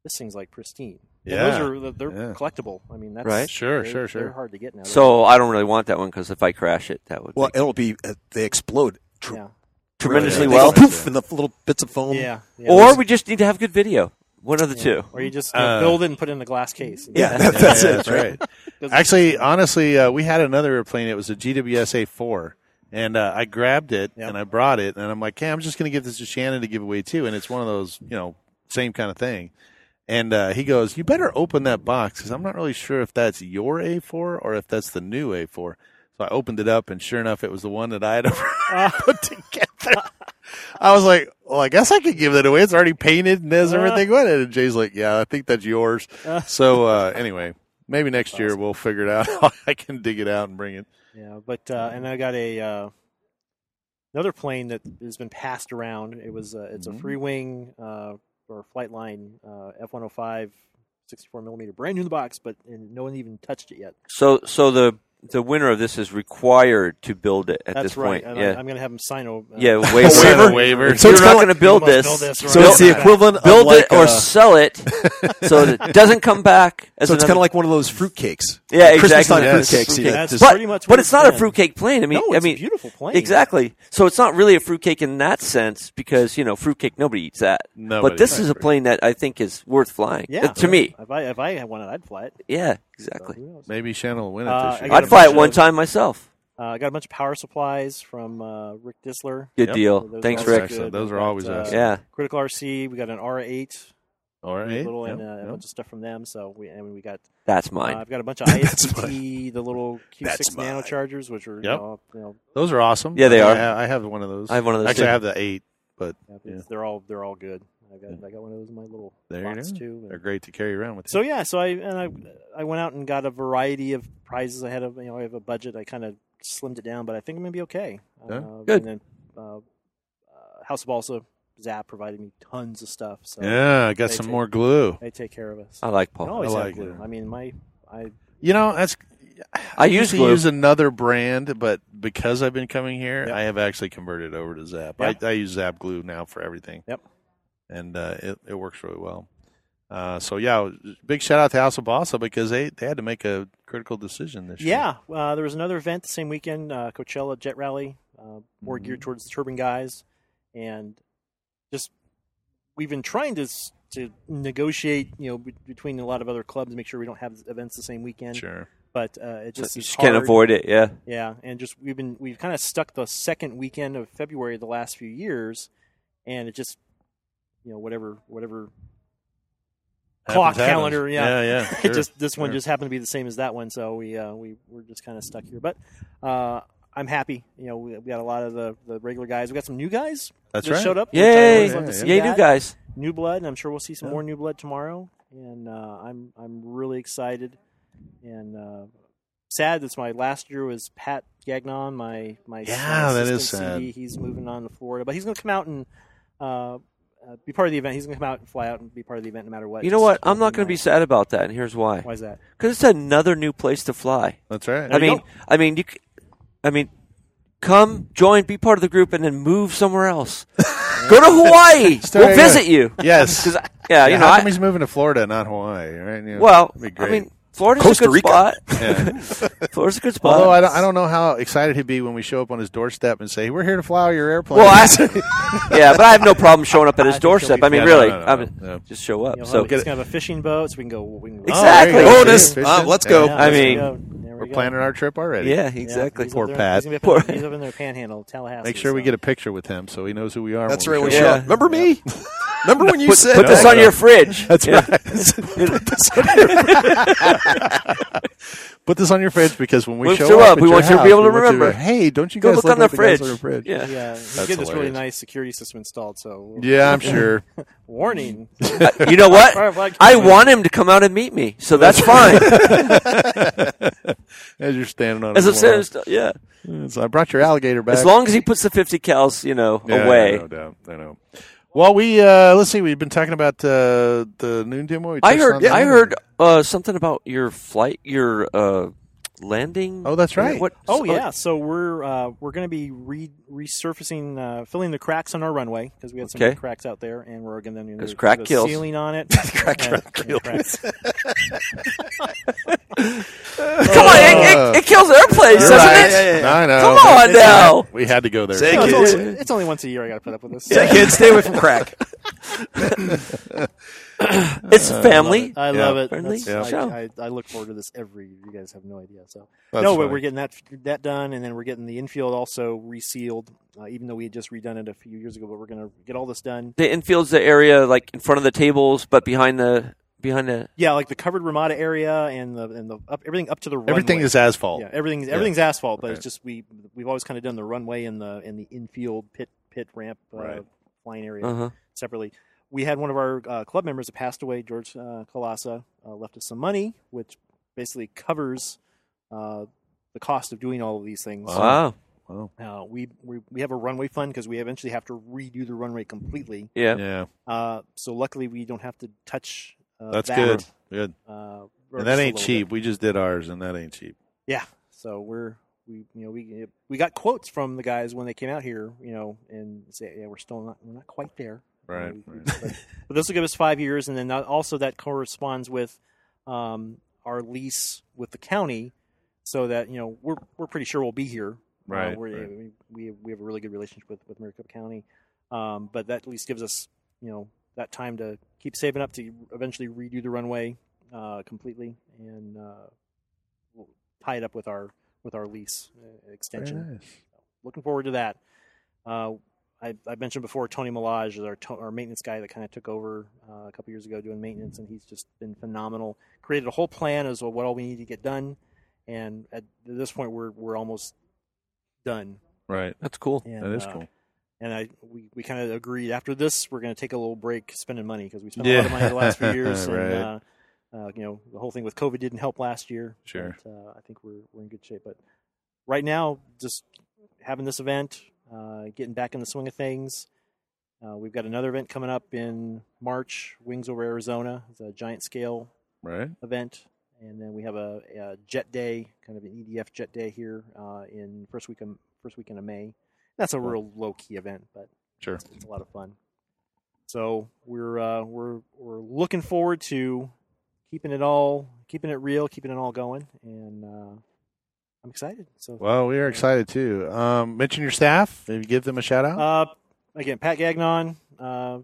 S4: this thing's like pristine. And
S1: Yeah.
S4: those are they're
S1: Yeah.
S4: collectible. I mean, that's
S3: Right.
S1: Sure,
S4: they're-
S1: sure,
S4: They're
S1: sure.
S4: hard to get now.
S3: So I don't really want that one because if I crash it, that would.
S2: Well,
S3: make-
S2: it'll be uh, they explode tr-
S4: yeah,
S3: Tremendously
S2: they
S3: well.
S2: go poof, and the little bits of foam.
S4: yeah, yeah.
S3: or we just need to have good video. One of the
S4: Yeah.
S3: two.
S4: Or you just you know,
S1: Uh,
S4: build it and put it in a glass case.
S2: Yeah, that- that's
S1: Yeah,
S2: it.
S1: That's
S2: right?
S1: right. Actually, honestly, uh, we had another airplane. It was a GWSA four, and uh, I grabbed it
S4: Yeah.
S1: and I brought it, and I'm like, "Hey, I'm just going to give this to Shannon to give away too." And it's one of those, you know, same kind of thing. And uh, he goes, "You better open that box because I'm not really sure if that's your A4 or if that's the new A4." So I opened it up, and sure enough, it was the one that I had ever put together. I was like, "Well, I guess I could give that away. It's already painted and
S4: Uh-huh.
S1: there's everything on it." And Jay's like, "Yeah, I think that's yours." So uh, anyway, Maybe next year we'll figure it out. I can dig it out and bring it.
S4: Yeah, but uh, and I got a uh, another plane that has been passed around. It was uh, it's
S1: Mhm.
S2: Mm-hmm.
S4: a free wing uh, or flight line uh, F one hundred five. 64 millimeter, brand new in the box, but and no one even touched it yet.
S3: So so the the winner of this is required to build it at
S4: That's
S3: this
S4: right.
S3: point.
S4: And
S3: yeah.
S4: I, am going to have them sign a uh,
S3: yeah,
S2: Sign
S3: waiver.
S2: a
S1: waiver.
S3: So
S2: So
S3: you're
S2: it's
S3: not
S2: kinda
S3: going to
S2: like-
S3: build
S4: You must
S3: this.
S4: build this,
S2: So
S4: right?
S2: it's the equivalent of
S3: build
S2: like
S3: it or
S2: uh,
S3: sell it so that it doesn't come back as
S2: so it's
S3: another-
S2: kind of like one of those fruitcakes.
S3: Yeah, exactly.
S2: Christmas time
S1: Yes.
S2: fruitcakes. you know,
S4: That's
S2: just-
S3: but,
S4: pretty much
S3: but
S4: what
S3: it's
S4: it's
S3: not a
S4: been.
S3: fruitcake plane. I mean,
S4: no,
S3: I
S4: it's
S3: mean,
S4: a beautiful plane.
S3: exactly. So it's not really a fruitcake in that sense because you know fruitcake nobody eats that.
S1: Nobody
S3: but this
S1: eats
S3: is a plane that I think is worth flying.
S4: Yeah,
S3: to me,
S4: If I if I had one, I'd fly it.
S3: yeah,
S4: So
S3: exactly.
S4: who knows?
S1: Maybe Shannon will win it
S4: Uh,
S1: this
S4: I
S1: year.
S4: got
S3: I'd
S4: a
S3: fly it
S4: bunch
S3: one
S4: of-
S3: time myself.
S4: Uh, I got a bunch of power supplies from uh, Rick Disler.
S3: Good
S1: Yep.
S3: deal.
S4: So those
S3: Thanks,
S1: That's
S3: Rick.
S4: are always good.
S1: excellent. Those
S4: We've
S1: are
S4: got,
S1: always
S4: uh,
S1: excellent.
S3: Yeah,
S4: Critical RC. We got an R8,
S1: All right.
S4: little and
S1: Yep,
S4: uh, a
S1: yep.
S4: bunch of stuff from them. So we, I mean, we got.
S3: that's
S4: Uh,
S3: mine.
S4: I've got a bunch of
S2: That's
S4: ISPT, the little Q6
S2: That's mine.
S4: nanochargers, which are you
S1: Yep.
S4: know, you know,
S1: Those are awesome.
S3: Yeah, they
S1: I
S3: are.
S1: have, I have one of those.
S3: I have one of those,
S1: Actually,
S3: too.
S1: I have the eight. Yeah.
S4: they're all they're all good. I got I got one of those in my little
S1: There you
S4: box
S1: go.
S4: too.
S1: They're
S4: And-
S1: great to carry around with.
S4: so
S1: you.
S4: yeah, so I and I I went out and got a variety of prizes. I had a you know I have a budget. I kind of slimmed it down, but I think I'm gonna be okay.
S1: Yeah,
S4: Uh,
S3: good.
S4: And then uh, uh, House of Balsa Zap provided me tons of stuff. So
S1: yeah, I got
S4: They
S1: some
S4: take-
S1: more glue.
S4: they take care of us.
S3: I like
S4: I
S3: Paul.
S4: always
S1: I
S4: have
S1: like
S4: glue.
S1: it.
S4: I mean my I
S1: You know, that's.
S3: I use
S1: usually
S3: glue.
S1: use another brand, but because I've been coming here,
S4: Yep.
S1: I have actually converted over to Zap.
S4: Yeah.
S1: I, I use Zap glue now for everything.
S4: Yep.
S1: And uh, it, it works really well. Uh, so yeah, big shout out to House of Bossa because they, they had to make a critical decision this year.
S4: Yeah, uh, there was another event the same weekend, uh, Coachella Jet Rally, uh, more
S3: Mm-hmm.
S4: geared towards the turbine guys, and just we've been trying to s- to negotiate, you know, be- between a lot of other clubs, make sure we don't have events the same weekend.
S1: Sure.
S4: But uh, it
S3: So
S4: just
S3: you
S4: is
S3: just can't
S4: hard.
S3: avoid it. Yeah,
S4: Yeah, and just we've been we've kind of stuck the second weekend of February the last few years, and it just you know whatever whatever clock
S1: Happens, happens.
S4: calendar yeah
S1: Yeah, yeah. sure.
S4: it just this one
S1: sure.
S4: just happened to be the same as that one, so we uh, we we're just kind of stuck here. But uh, I'm happy. You know, we, we got a lot of the, the regular guys. We got some new guys
S1: That's
S4: that
S1: right.
S4: showed up. which I
S3: yay,
S4: always love to see
S3: yay, new
S4: that.
S3: guys.
S4: new blood, and I'm sure we'll see some
S1: Yeah.
S4: more new blood tomorrow. And uh, I'm I'm really excited and uh, sad. That's my last year was Pat Gagnon, my my
S1: Yeah,
S4: my
S1: that is
S4: assistant
S1: sad.
S4: CD. He's moving on to Florida, but he's going to come out and. Uh, uh, be part of the event. He's going to come out and fly out and be part of the event no matter what.
S3: You know
S4: Just
S3: what? I'm not going to be
S4: nice.
S3: sad about that, and here's why.
S4: Why is that?
S3: Because it's another new place to fly.
S1: That's right.
S3: I
S4: you
S3: mean,
S4: go.
S3: I mean, you, c- I mean, come join, be part of the group, and then move somewhere else. Go to Hawaii.
S1: Start
S3: we'll
S1: again.
S3: visit you.
S1: Yes.
S3: 'Cause I-
S1: Yeah,
S3: yeah, you know.
S1: how come
S3: I,
S1: he's moving to Florida, not Hawaii, right? You know,
S3: well,
S1: it'd be
S3: I
S1: great.
S3: mean, Florida's
S2: Costa
S3: a good
S2: Rica.
S3: spot.
S1: Yeah.
S3: Florida's a good spot.
S1: although I don't, I don't know how excited he'd be when we show up on his doorstep and say, "We're here to fly your airplane." Oh,
S3: Well, I, yeah, but I have no problem showing up at his
S4: I think he'll
S3: doorstep.
S4: be
S3: I mean,
S1: fine. Yeah,
S3: really,
S1: no, no,
S3: I
S1: no,
S3: mean,
S1: no.
S3: just show up.
S4: You know,
S3: so
S4: so he's gonna have a fishing boat, so we can go. We can go
S1: Oh, there you
S3: Exactly.
S1: go.
S2: Bonus.
S1: Fishing.
S2: Uh, let's
S1: Yeah.
S2: go.
S4: Yeah,
S3: mean,
S4: there we go. There we
S1: We're
S4: go.
S1: planning our trip already.
S3: yeah,
S4: Yeah,
S3: exactly.
S4: he's up
S1: Poor
S4: there-
S1: Pat.
S4: He's up, in
S3: Poor-
S4: he's up in their panhandle, Tallahassee.
S1: Make sure we
S4: so-
S1: get a picture with him so he knows who we are.
S2: That's
S1: when
S2: right.
S1: we
S2: We
S1: show
S3: Yeah.
S2: show
S1: up.
S2: up. Remember me? Remember when you
S3: put,
S2: said
S3: put this
S1: No,
S3: on
S1: no.
S3: your fridge.
S1: That's
S3: Yeah.
S2: Put this on your-
S1: Put this on your fridge because when we
S3: We'll
S1: show,
S3: show
S1: up,
S3: up,
S1: at
S3: we
S1: your
S3: want you to
S1: house,
S3: be able
S1: we
S3: to
S1: want you
S3: remember.
S1: hey, don't you
S3: Go
S1: guys
S3: look on the
S1: at guys
S3: fridge.
S1: on the fridge?
S3: Yeah.
S4: Yeah, he's
S1: That's
S4: getting this really
S1: hilarious.
S4: nice security system installed. So
S1: Yeah, I'm sure.
S4: warning.
S3: I- you know what?
S4: Fire flag.
S3: I want him to come out and meet me, so that's fine.
S1: As you're standing on
S3: As
S1: his
S3: I said,
S1: lawn.
S3: it's- yeah.
S1: Yeah, so I brought your alligator back.
S3: As long as he puts the 50 cals, you know,
S1: Yeah,
S3: away.
S1: No doubt. I know. Well, we uh, let's see. We've been talking about uh, the noon demo. We
S3: I
S1: touched on
S3: heard.
S1: that.
S3: I heard uh, something about your flight, your uh, landing.
S1: Oh, that's right.
S3: What?
S4: Oh yeah, so we're uh, we're going to be re- resurfacing, uh, filling the cracks on our runway because we had some
S3: Okay.
S4: big cracks out there, and we're going to
S3: 'Cause crack kills.
S4: ceiling on it.
S2: Crack
S4: and- and cracks.
S3: Come on, it, it, it kills airplanes,
S1: Uh, You're
S3: doesn't
S1: right.
S3: it?
S2: Yeah, yeah,
S1: I
S2: yeah.
S1: know.
S3: Come on now.
S1: We had to go there.
S2: Say
S4: No, it's,
S2: Thank you.
S4: only, it's only once a year I got to put up with this.
S2: Say, kids, stay away from crack.
S3: It's
S1: Uh,
S3: family.
S4: I
S1: Yeah.
S4: love it.
S3: Friendly
S4: That's-
S3: show.
S4: I, I, I look forward to this every. You guys have no idea. So
S1: That's
S4: no,
S1: funny.
S4: but we're getting that that done, and then we're getting the infield also resealed. Uh, even though we had just redone it a few years ago, but we're going to get all this done.
S3: The infield's the area like in front of the tables, but behind the behind the.
S4: Yeah, like the covered Ramada area and the and the up, everything up to the
S1: everything
S4: runway.
S1: is asphalt.
S4: yeah everything's everything's asphalt, but it's just we we've always kind of done the runway and the and the infield pit pit ramp uh,
S1: Right.
S4: flying area.
S3: Uh huh.
S4: separately. We had one of our uh, club members that passed away, George uh, Kalasa, uh, left us some money, which basically covers uh, the cost of doing all of these things.
S3: Wow.
S4: Uh, we, we we have a runway fund because we eventually have to redo the runway completely.
S3: Yeah.
S1: Yeah,
S4: Uh, so luckily, we don't have to touch. Uh,
S1: that's
S4: that,
S1: good. Good.
S4: Uh, or
S1: And that
S4: just a
S1: ain't
S4: little
S1: cheap.
S4: bit.
S1: We just did ours, and that ain't cheap.
S4: Yeah. So we're we you know we we got quotes from the guys when they came out here, you know, and say yeah we're still not we're not quite there.
S1: Right.
S4: Um,
S1: right.
S4: but, but this will give us five years, and then that- also that corresponds with um, our lease with the county, so that you know we're we're pretty sure we'll be here. Uh,
S1: Right,
S4: we're,
S1: right.
S4: We, we have a really good relationship with with Maricopa County, um, but that at least gives us you know that time to keep saving up to eventually redo the runway uh, completely and uh, we'll tie it up with our with our lease uh, extension
S1: Very nice.
S4: looking forward to that. Uh, I, I mentioned before Tony Milage is our to- our maintenance guy that kind of took over uh, a couple years ago doing maintenance, and he's just been phenomenal. Created a whole plan as to what all we need to get done, and at this point we're we're almost done.
S1: Right.
S3: That's cool.
S4: And,
S1: That is
S4: uh,
S1: cool.
S4: And I we, we kind of agreed after this we're going to take a little break spending money because we spent a
S1: Yeah.
S4: lot of money the last few years,
S1: Right.
S4: and uh, uh, you know the whole thing with COVID didn't help last year.
S1: Sure.
S4: But, uh, I think we're we're in good shape. But right now, just having this event, uh, getting back in the swing of things. Uh, we've got another event coming up in March, Wings Over Arizona. It's a giant scale
S1: Right.
S4: event, and then we have a, a jet day, kind of an EDF jet day here uh, in first week of, first weekend of May. That's a real low key event, but
S1: Sure.
S4: it's, it's a lot of fun. So we're uh, we're we're looking forward to keeping it all, keeping it real, keeping it all going, and uh, I'm excited. So
S1: Well, we are excited too. Um, mention your staff. Maybe give them a shout out.
S4: uh, again, Pat Gagnon, uh,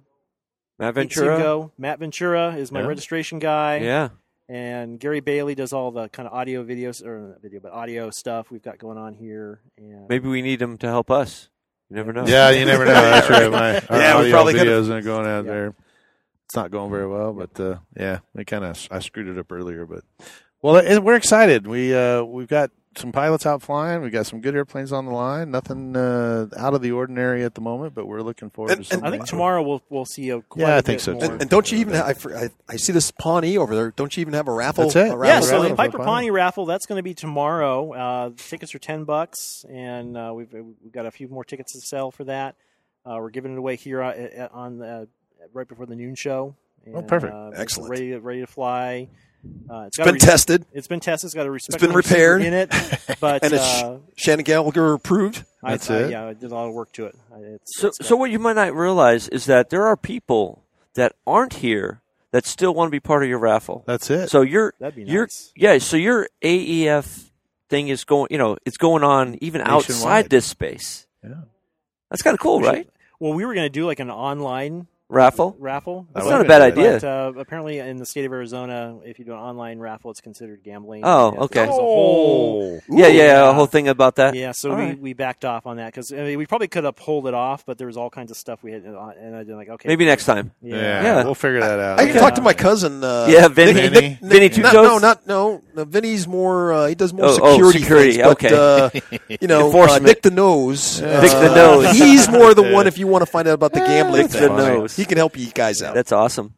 S3: Matt
S4: Pete
S3: Ventura.
S4: Cinco, Matt Ventura is my
S1: Yeah.
S4: registration guy.
S3: Yeah.
S4: and Gary Bailey does all the kind of audio videos or not video, but audio stuff we've got going on here. And
S3: Maybe we need him to help us. You never know.
S1: yeah, you never know. That's right. My our
S2: Yeah, we
S1: audio
S2: probably could've-
S1: videos are going out
S4: Yeah.
S1: there. It's not going very well, but uh, yeah, we kind of I screwed it up earlier, but well, it, we're excited. We uh, we've got some pilots out flying. We've got some good airplanes on the line. Nothing uh, out of the ordinary at the moment, but we're looking forward
S2: And-
S1: to some.
S4: I think tomorrow we'll we'll see a quite
S1: Yeah, I
S4: a
S1: think
S4: bit
S1: so, too.
S4: more.
S2: And, and don't you even? I, fr- I I see this Pawnee over there. Don't you even have a raffle?
S1: That's it.
S2: A
S4: yeah,
S1: Raffle,
S4: so
S1: raffle,
S4: the
S1: raffle,
S4: Piper
S1: raffle.
S4: Pawnee raffle that's going to be tomorrow. Uh, tickets are ten bucks, and uh, we've we've got a few more tickets to sell for that. Uh, we're giving it away here uh, uh, on the right before the noon show. And,
S1: Oh, perfect.
S4: uh, it's
S2: Excellent.
S4: Ready, ready to fly. Uh, it's
S2: It's
S4: got
S2: been
S4: a re-
S2: tested.
S4: It's been tested. It's got a respect.
S2: been
S4: receiver
S2: repaired.
S4: in it, but
S2: And it's-
S4: uh,
S2: Shannon Gallagher approved.
S4: I-
S1: That's
S4: I,
S1: it.
S4: Yeah, I did a lot of work to it. I- It's,
S3: So,
S4: it's got-
S3: so what you might not realize is that there are people that aren't here that still want to be part of your raffle.
S1: That's it.
S3: So you're
S4: That'd be
S3: you're
S4: nice.
S3: yeah. So your AEF thing is going. You know, it's going on even
S1: Nationwide.
S3: outside this space.
S1: Yeah.
S3: That's kind of cool,
S4: We should-
S3: right?
S4: Well, we were going to do like an online
S3: Raffle.
S4: raffle.
S1: That
S3: That's
S1: would
S3: not a
S1: be
S3: bad
S1: good.
S3: idea.
S4: But uh, apparently, in the state of Arizona, if you do an online raffle, it's considered gambling.
S3: Oh,
S4: Yeah, so
S3: okay.
S4: there's a whole-
S3: yeah, yeah,
S4: yeah.
S3: A whole thing about that.
S4: yeah, so
S3: All
S4: we,
S3: right.
S4: we backed off on that because I mean, we probably could have pulled it off, but there was all kinds of stuff we had, on- and I did like okay,
S3: maybe next time.
S1: yeah,
S3: Yeah.
S1: we'll figure that out.
S2: I can talk to my cousin. Uh,
S3: Yeah, Vinny.
S2: Nick-
S1: Vinny.
S2: Nick-
S3: Vinny Two
S2: not-
S3: Toes?
S2: No, not no. no Vinny's more. Uh, he does more
S3: Oh, oh,
S2: security.
S3: security,
S2: things, but,
S3: okay.
S2: uh, you know, uh,
S3: Enforcement.
S2: Nick the Nose. Uh,
S3: Nick the Nose.
S2: He's more the one if you want to find out about the gambling
S3: Nick the
S2: thing.
S3: Nose.
S2: He can help you guys out.
S3: That's awesome.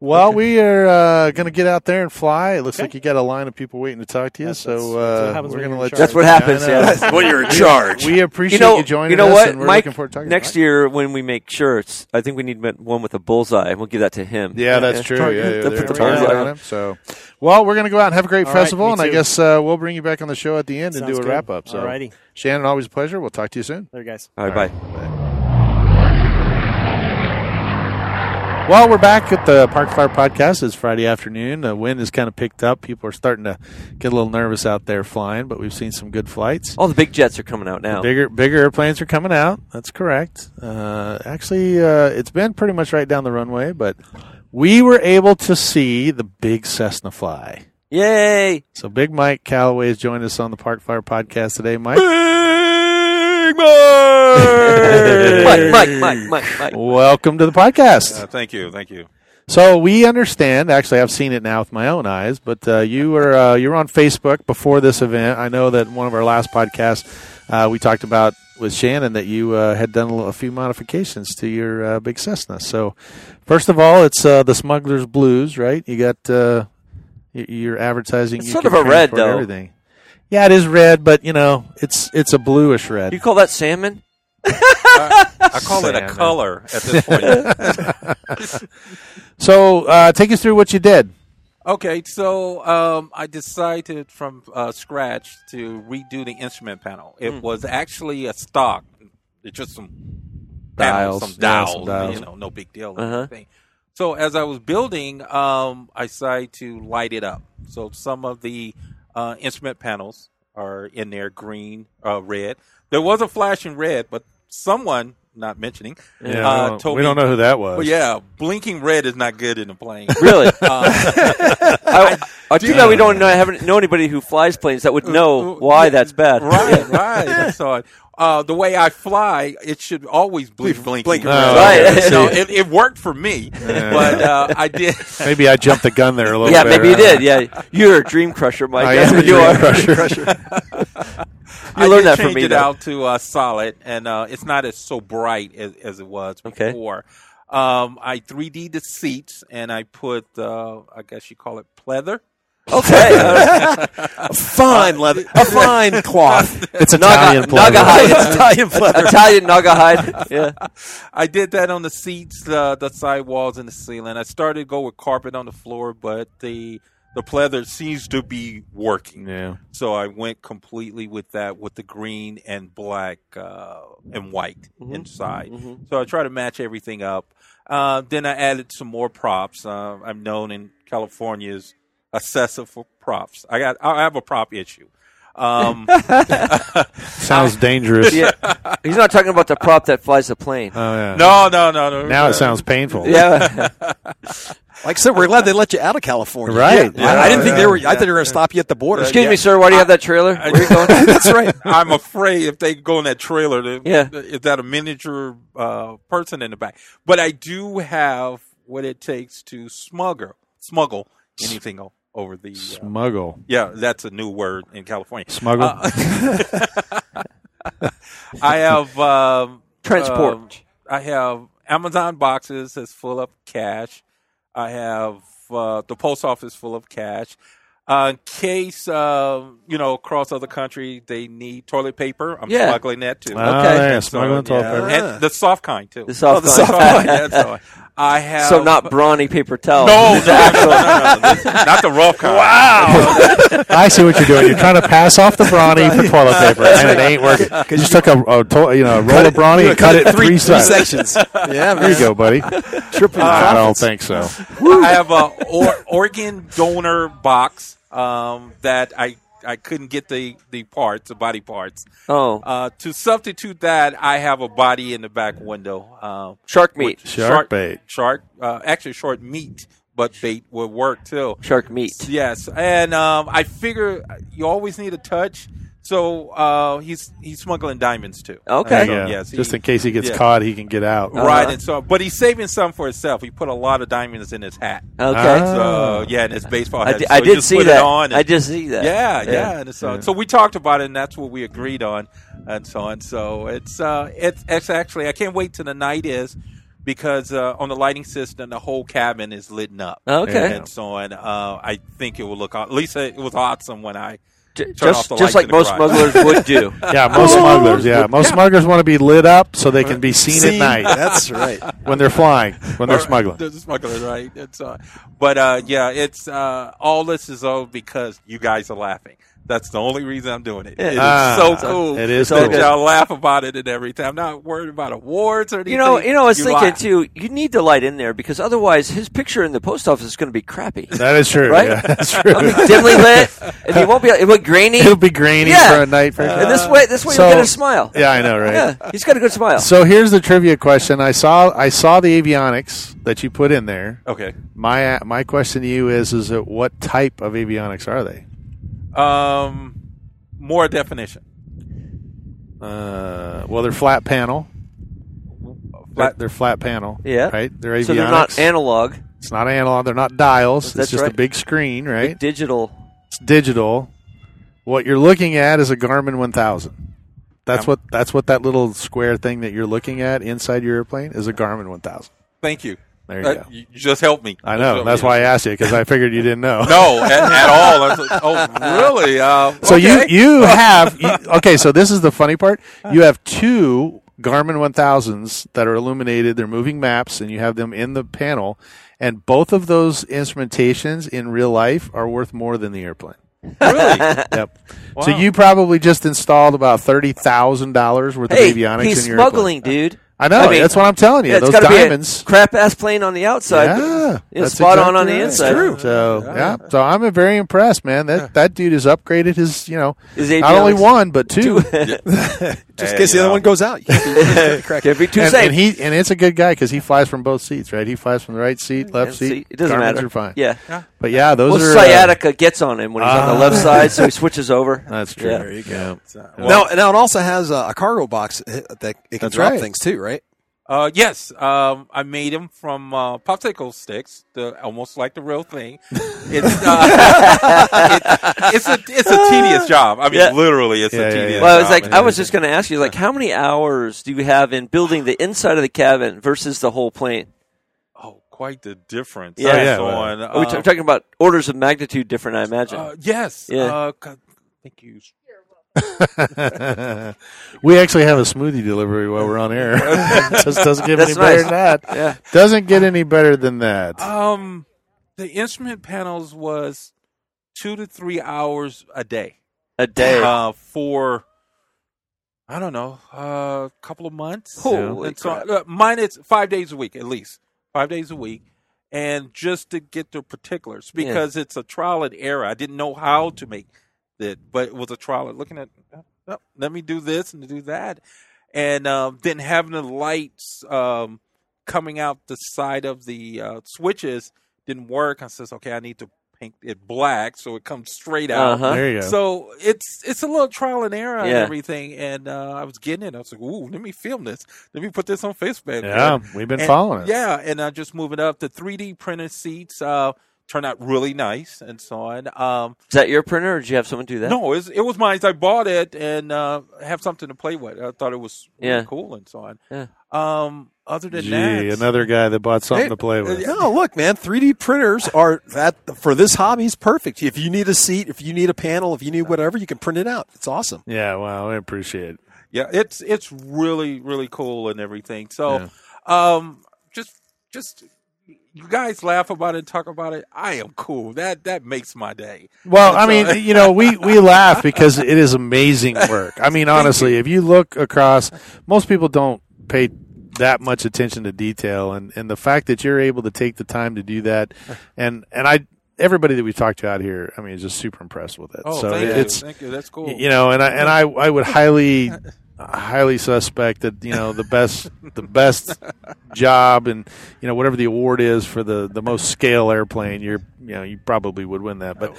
S1: Well, we are uh, going to get out there and fly. It looks
S4: Okay.
S1: like you got a line of people waiting to talk to you.
S4: That's- that's-
S1: so
S4: that's what
S1: uh,
S4: happens
S1: we're
S4: when
S1: going to
S4: you're
S1: let
S4: in
S1: you.
S4: charge. That's
S3: what happens,
S1: I know.
S3: yeah.
S2: That's when you're in charge.
S1: We appreciate you, joining
S3: you know
S1: us,
S3: what,
S1: and we're
S3: Mike?
S1: looking forward to talking
S3: next
S1: to you.
S3: year when we make shirts, I think we need one with a bullseye, and we'll give that to him.
S1: Yeah, that's true. Yeah, yeah,
S3: They'll
S1: there
S3: put the
S1: we go.
S3: target on.
S1: Yeah. So, well, we're going to go out and have a great
S4: All right,
S1: festival,
S4: me
S1: and I
S4: too.
S1: guess uh, we'll bring you back on the show at the end and
S4: Sounds
S1: do a
S4: good.
S1: wrap up. So,
S4: Alrighty.
S1: Shannon, always a pleasure. We'll talk to you soon.
S4: Later, guys.
S3: All right, bye.
S1: Well, we're back at the Park Fire Podcast. It's Friday afternoon. The wind has kind of picked up. People are starting to get a little nervous out there flying, but we've seen some good flights.
S3: All the big jets are coming out now.
S1: Oh. Bigger, bigger airplanes are coming out. That's correct. Uh, actually, uh, it's been pretty much right down the runway, but we were able to see the big Cessna fly.
S3: Yay!
S1: So, Big Mike Calloway has joined us on the Park Fire Podcast today. Mike,
S3: Mike, Mike, Mike, Mike, Mike.
S1: welcome to the podcast.
S5: Uh, thank you, thank you.
S1: So we understand. Actually, I've seen it now with my own eyes. But uh, you were uh, you were on Facebook before this event. I know that one of our last podcasts uh, we talked about with Shannon that you uh, had done a little- a few modifications to your uh, big Cessna. So first of all, it's uh, the Smuggler's Blues, right? You got uh, y- you're advertising.
S3: It's
S1: you
S3: sort
S1: can
S3: of a red,
S1: transport
S3: though.
S1: Everything. Yeah, it is red, but you know it's it's a bluish red.
S3: You call that salmon?
S5: I call it a
S1: Salmon.
S5: color at this point.
S1: so uh, take us through what you did.
S5: okay, so um, I decided from uh, scratch to redo the instrument panel. It
S1: Hmm.
S5: was actually a stock. It's just some panels,
S1: Dials.
S5: some
S1: Yeah,
S5: dials,
S1: some dials.
S5: you know, no big deal. or
S3: Uh-huh.
S5: anything. So as I was building, um, I decided to light it up. So some of the uh, instrument panels are in there, green, uh, red. There was a flashing red, but someone not mentioning
S1: Yeah, we
S5: uh,
S1: don't-
S5: told
S1: we
S5: me-
S1: don't know who that was.
S5: Well, yeah, blinking red is not good in a plane.
S3: Really?
S5: Uh,
S3: I, I do know we don't know, I haven't know anybody who flies planes that would know why
S5: yeah,
S3: that's bad.
S5: Right, right. So uh, the way I fly, it should always be blinking.
S2: blinking
S1: red.
S3: Right.
S5: Right. so it, it worked for me, but uh, I did.
S1: Maybe I jumped the gun there a little
S3: Yeah,
S1: bit.
S3: maybe you
S1: right?
S3: did. Yeah, you're a dream crusher, Mike.
S1: Oh, I
S3: That's
S1: am a
S3: what you
S1: dream
S3: are.
S1: crusher.
S5: I
S3: learned
S5: did
S3: that from
S5: change
S3: me,
S5: it
S3: though.
S5: out to uh, solid, and uh, it's not as so bright as, as it was
S3: Okay.
S5: before. Um, I 3D the seats, and I put, uh, I guess you call it pleather.
S3: Okay, all right.
S2: Fine leather, a fine cloth.
S1: It's Italian
S3: Naga,
S1: pleather.
S3: Naga hide.
S2: Italian leather.
S3: Italian Naga hide. Yeah.
S5: I did that on the seats, uh, the sidewalls, and the ceiling. I started to go with carpet on the floor, but the the pleather seems to be working.
S1: Yeah.
S5: So I went completely with that, with the green and black uh, and white
S1: Mm-hmm.
S5: inside. So I try to match everything up. Uh, then I added some more props. Uh, I'm known in California as excessive for props. I got I have a prop issue. Um,
S1: Sounds dangerous.
S3: yeah. He's not talking about the prop that flies the plane.
S1: Oh, yeah.
S5: no, uh, no, no, no.
S1: Now it sounds painful.
S3: yeah.
S2: Like I said, we're glad they let you out of California.
S1: Right.
S2: I- I, didn't think they were. I thought they were going to stop you at the border.
S3: Excuse me, sir. Why do you have that trailer? Where are you going?
S2: That's right.
S5: I'm afraid if they go in that trailer, they,
S3: Yeah.
S5: is that a miniature uh, person in the back? But I do have what it takes to smuggle smuggle anything o- over the. Uh,
S1: Smuggle.
S5: yeah, that's a new word in California.
S1: Smuggle.
S5: I have um,
S3: Transport.
S5: um, I have Amazon boxes that's full of cash. I have uh, the post office full of cash. Uh, in case uh, you know across other country they need toilet paper, I'm
S3: Yeah.
S5: smuggling that too.
S1: Ah,
S3: Okay.
S1: there,
S5: So,
S1: smuggling toilet
S5: yeah.
S1: paper.
S5: And the soft kind too.
S3: The soft
S5: oh, the
S3: kind.
S5: soft kind. That's all. I have
S3: so not brawny paper towel.
S5: No, no, no, no, no, no. This- not the rough kind. Wow.
S1: I see what you're doing. You're trying to pass off the brawny for toilet paper, and it ain't working. You just took a, a to- you know a roll of brawny and cut it three, sides.
S2: sections. Yeah,
S1: There you go, buddy. Triple. I don't think so.
S5: I have a or, organ donor box um, that I I couldn't get the the parts, the body parts.
S3: Oh,
S5: Uh, to substitute that, I have a body in the back window. Uh,
S3: shark meat.
S1: Shark bait.
S5: Shark. Uh, actually, short meat, but bait would work too.
S3: Shark meat.
S5: Yes, and um, I figure you always need a touch. So uh, he's he's smuggling diamonds too.
S3: Okay.
S5: So,
S1: Yeah.
S5: yes, he-
S1: just in case he gets
S5: yeah.
S1: caught, he can get out.
S5: Right,
S3: Uh-huh.
S5: and so but he's saving some for himself. He put a lot of diamonds in his hat.
S3: Okay.
S1: Ah.
S5: So yeah, and his baseball
S3: I
S5: hat.
S3: di-
S5: So
S3: I
S5: you
S3: did
S5: just
S3: see
S5: put
S3: that.
S5: It on
S3: I did see that.
S5: Yeah, yeah,
S3: Yeah.
S5: and so on. So we talked about it, and that's what we agreed on, and so on. So it's uh, it's, it's actually I can't wait till the night is because uh, on the lighting system, the whole cabin is lit up.
S3: Okay.
S5: And so on. Uh, I think it will look. aw- At least it was awesome when I.
S3: J-
S5: Turn off
S3: just
S5: the
S3: just
S5: lights
S3: like
S5: in the
S3: most
S5: garage.
S3: smugglers would do.
S1: Yeah, most smugglers. Yeah, most smugglers want to be lit up so they can be seen at
S2: See,
S1: night
S2: That's right.
S1: when they're flying, when they're
S5: Or-
S1: smuggling.
S5: They're smuggling, right? It's, uh, but uh, yeah, it's uh, all this is all because you guys are laughing. That's the only reason I'm doing it.
S3: Yeah.
S5: It's
S1: Ah,
S5: so cool.
S1: it is
S5: that
S1: cool.
S5: y'all laugh about it and everything. I'm not worried about awards or anything.
S3: You know, you know, I was thinking
S5: laugh.
S3: too. You need the light in there because otherwise, his picture in the post office is going to be crappy.
S1: That is true.
S3: Right?
S1: Yeah, that's
S3: It'll be
S1: true.
S3: dimly lit, and you won't be. It'll be grainy.
S1: It'll be grainy
S3: Yeah.
S1: for a night. For,
S3: and this way, this way,
S1: So-
S3: you'll get a smile.
S1: yeah, I know, right?
S3: Yeah, he's got a good smile.
S1: So here's the trivia question. I saw I saw the avionics that you put in there.
S5: Okay.
S1: My my question to you is is that what type of avionics are they?
S5: Um, more definition.
S1: Uh, well, they're flat panel. They're,
S5: Flat-
S1: they're flat panel.
S3: Yeah.
S1: Right. They're avionics.
S3: So they're not analog,
S1: it's not analog. They're not dials.
S3: That's
S1: it's just a
S3: right.
S1: big screen, right?
S3: digital.
S1: It's digital. What you're looking at is a Garmin 1000. That's
S5: Um,
S1: what that's what that little square thing that you're looking at inside your airplane is a Garmin 1000.
S5: Thank you.
S1: There you
S5: Uh,
S1: go.
S5: You you just helped me.
S1: I know.
S5: Just
S1: That's
S5: helped
S1: why I
S5: me.
S1: asked you because I figured you didn't know.
S5: No, at, at all. I was like, oh, really? Uh,
S1: So
S5: okay.
S1: you you have you, okay. So this is the funny part. You have two Garmin 1000s that are illuminated. They're moving maps, and you have them in the panel. And both of those instrumentations in real life are worth more than the airplane.
S5: really?
S1: Yep. So you probably just installed about thirty thousand dollars worth
S3: Hey,
S1: of avionics
S3: he's
S1: in your
S3: smuggling,
S1: airplane.
S3: dude.
S1: I know.
S3: I mean,
S1: that's what I'm telling you.
S3: Yeah, it's
S1: those
S3: got to be a
S1: diamonds.
S3: crap ass plane on the outside.
S1: Yeah,
S3: but it's
S1: that's
S3: spot on
S1: exactly
S3: on the
S1: right.
S3: inside.
S1: True. So yeah. so I'm uh, very impressed, man. That that dude has upgraded his, you know,
S3: His
S1: not only
S3: avionics.
S1: one but two.
S2: Just
S5: Hey,
S2: in case the
S5: you
S2: other
S5: know.
S2: one goes out. Correct.
S3: Can't be too
S1: and,
S3: safe.
S1: and he and it's a good guy because he flies from both seats, right? He flies from the right seat, left
S3: See,
S1: seat.
S3: it doesn't
S1: Garmin's
S3: matter.
S1: Are fine.
S3: Yeah.
S1: but yeah, those
S3: Well,
S1: are uh,
S3: sciatica gets on him when he's on the left side, so he switches over.
S1: that's true.
S3: Yeah.
S1: There you go.
S2: Now, now it also has a, a cargo box uh, that it can
S1: That's
S2: drop
S1: right.
S2: things too, right?
S5: Uh, yes, um, I made them from uh, popsicle sticks, the, almost like the real thing. It's uh, it, it's a it's a tedious job. I mean,
S3: Yeah.
S5: literally, it's
S1: Yeah, yeah,
S5: a tedious.
S1: yeah.
S3: Well, I was
S5: job.
S3: like,
S5: And
S3: I
S5: it
S3: was
S5: is-
S3: just going to ask you, like, how many hours do you have in building the inside of the cabin versus the whole plane?
S5: oh, quite the difference.
S3: Yeah.
S5: That's
S1: Yeah, well,
S5: on,
S3: Are Oh, we t-
S1: Uh,
S5: um,
S3: talking about orders of magnitude different, I imagine.
S5: uh, yes.
S3: Yeah.
S5: Uh, God, thank you.
S1: we actually have a smoothie delivery while we're on air. Just doesn't get
S3: That's
S1: any better
S3: nice. Uh,
S1: than that.
S3: Yeah.
S1: Doesn't get any better than that.
S5: Um, the instrument panels was two to three hours a day.
S3: a day.
S5: uh, for I don't know a couple of months.
S3: Holy
S5: And so,
S3: crap.
S5: uh, mine is five days a week at least, five days a week, and just to get the particulars
S3: Yeah.
S5: because it's a trial and error. I didn't know how to make it, but it was a trial and looking at uh, uh, let me do this and do that, and um, then having the lights um, coming out the side of the uh, switches didn't work. I says, okay, I need to paint it black so it comes straight out.
S3: Uh-huh.
S1: There you go.
S5: So it's it's a little trial and error and
S3: Yeah.
S5: everything, and uh, I was getting it. I was like, "Ooh, let me film this. Let me put this on Facebook."
S1: yeah, we've been
S5: And-
S1: following it.
S5: Yeah, and I just move it up. The 3D printed seats uh, turned out really nice and so on. Um,
S3: Is that your printer, or did you have someone do that?
S5: no, it was, it was mine. I bought it and uh, have something to play with. I thought it was really
S3: Yeah.
S5: cool and so on.
S3: Yeah.
S5: Um, other than
S1: Gee,
S5: that,
S1: another guy that bought something
S2: Hey,
S1: to play with.
S2: No, look, man, 3D printers are that for this hobby is perfect. If you need a seat, if you need a panel, if you need whatever, you can print it out. It's awesome.
S1: Yeah, wow, I appreciate it.
S5: yeah, it's it's really really cool and everything. So, um, just just you guys laugh about it, talk about it. I am cool. That that makes my day. uh,
S1: Well, I mean, you know, we, we laugh because it is amazing work. I mean, honestly, if you look across, most people don't pay that much attention to detail, and, and the fact that you're able to take the time to do that, and and I everybody that we talked to out here, I mean, is just super impressed with it.
S5: Oh,
S1: so
S5: thank you,
S1: it's
S5: thank you. That's cool.
S1: you know, and I and I I would highly highly suspect that you know the best the best job and you know whatever the award is for the the most scale airplane you're you know you probably would win that but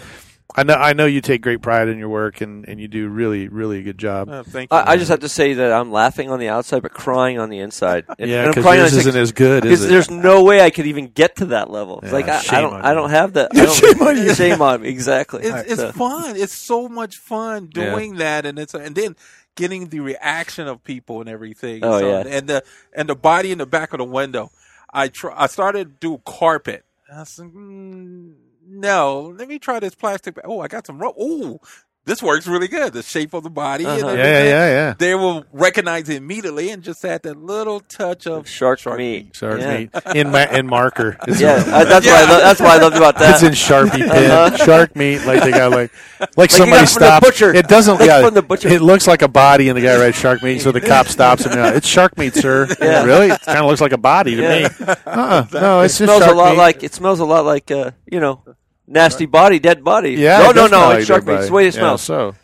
S1: I know I know you take great pride in your work and and you do really really a good job
S5: Uh, thank you.
S3: I, I just have to say that I'm laughing on the outside, but crying on the inside. And,
S1: yeah
S3: and I'm
S1: because
S3: crying
S1: yours
S3: on the
S1: isn't as good
S3: because
S1: is it
S3: there's no way I could even get to that level. It's
S1: Yeah,
S3: like I, I
S1: shame
S3: don't,
S1: on
S3: I
S1: you.
S3: don't have that. I don't- shame on you. Shame on me. Exactly.
S5: it's, it's
S3: So-
S5: fun. It's so much fun doing that, and it's and then getting the reaction of people and everything.
S3: Oh,
S5: so,
S3: yeah.
S5: and the and the body in the back of the window. I tr- I started to do carpet. I said, mm, no, let me try this plastic. ba- Oh, I got some rope. Oh, this works really good. The shape of the body. and
S3: Uh-huh.
S1: Yeah,
S3: Yeah,
S1: yeah,
S5: everything.
S1: yeah.
S5: They will recognize it immediately and just add that little touch of
S3: Shark, meat.
S1: Sharpie
S3: yeah.
S1: in ma- in marker. It's
S3: Yeah, I- that's what I
S5: Yeah.
S3: lo- that's what I loved about that.
S1: It's in Sharpie
S3: Uh-huh.
S1: pen. Shark meat, like they got like like,
S3: you got
S1: somebody
S3: it from the
S1: stopped.
S3: butcher.
S1: It doesn't.
S3: Like
S1: yeah,
S3: from the butcher.
S1: It looks like a body, and the guy writes shark meat. So the cop stops him. uh, It's shark meat, sir.
S3: Yeah.
S1: Really? It kind of looks like a body to
S3: Yeah.
S1: me. Uh-uh. No, it's
S3: it
S1: just
S3: smells
S1: shark
S3: a lot
S1: meat.
S3: like it smells a lot like uh, you know nasty body, dead body.
S1: Yeah.
S3: no,
S1: it
S3: no,
S1: does smell
S3: no,
S1: like
S3: it's shark
S1: dead
S3: meat. It's the
S1: body.
S3: way it
S1: Yeah,
S3: smells.
S1: so.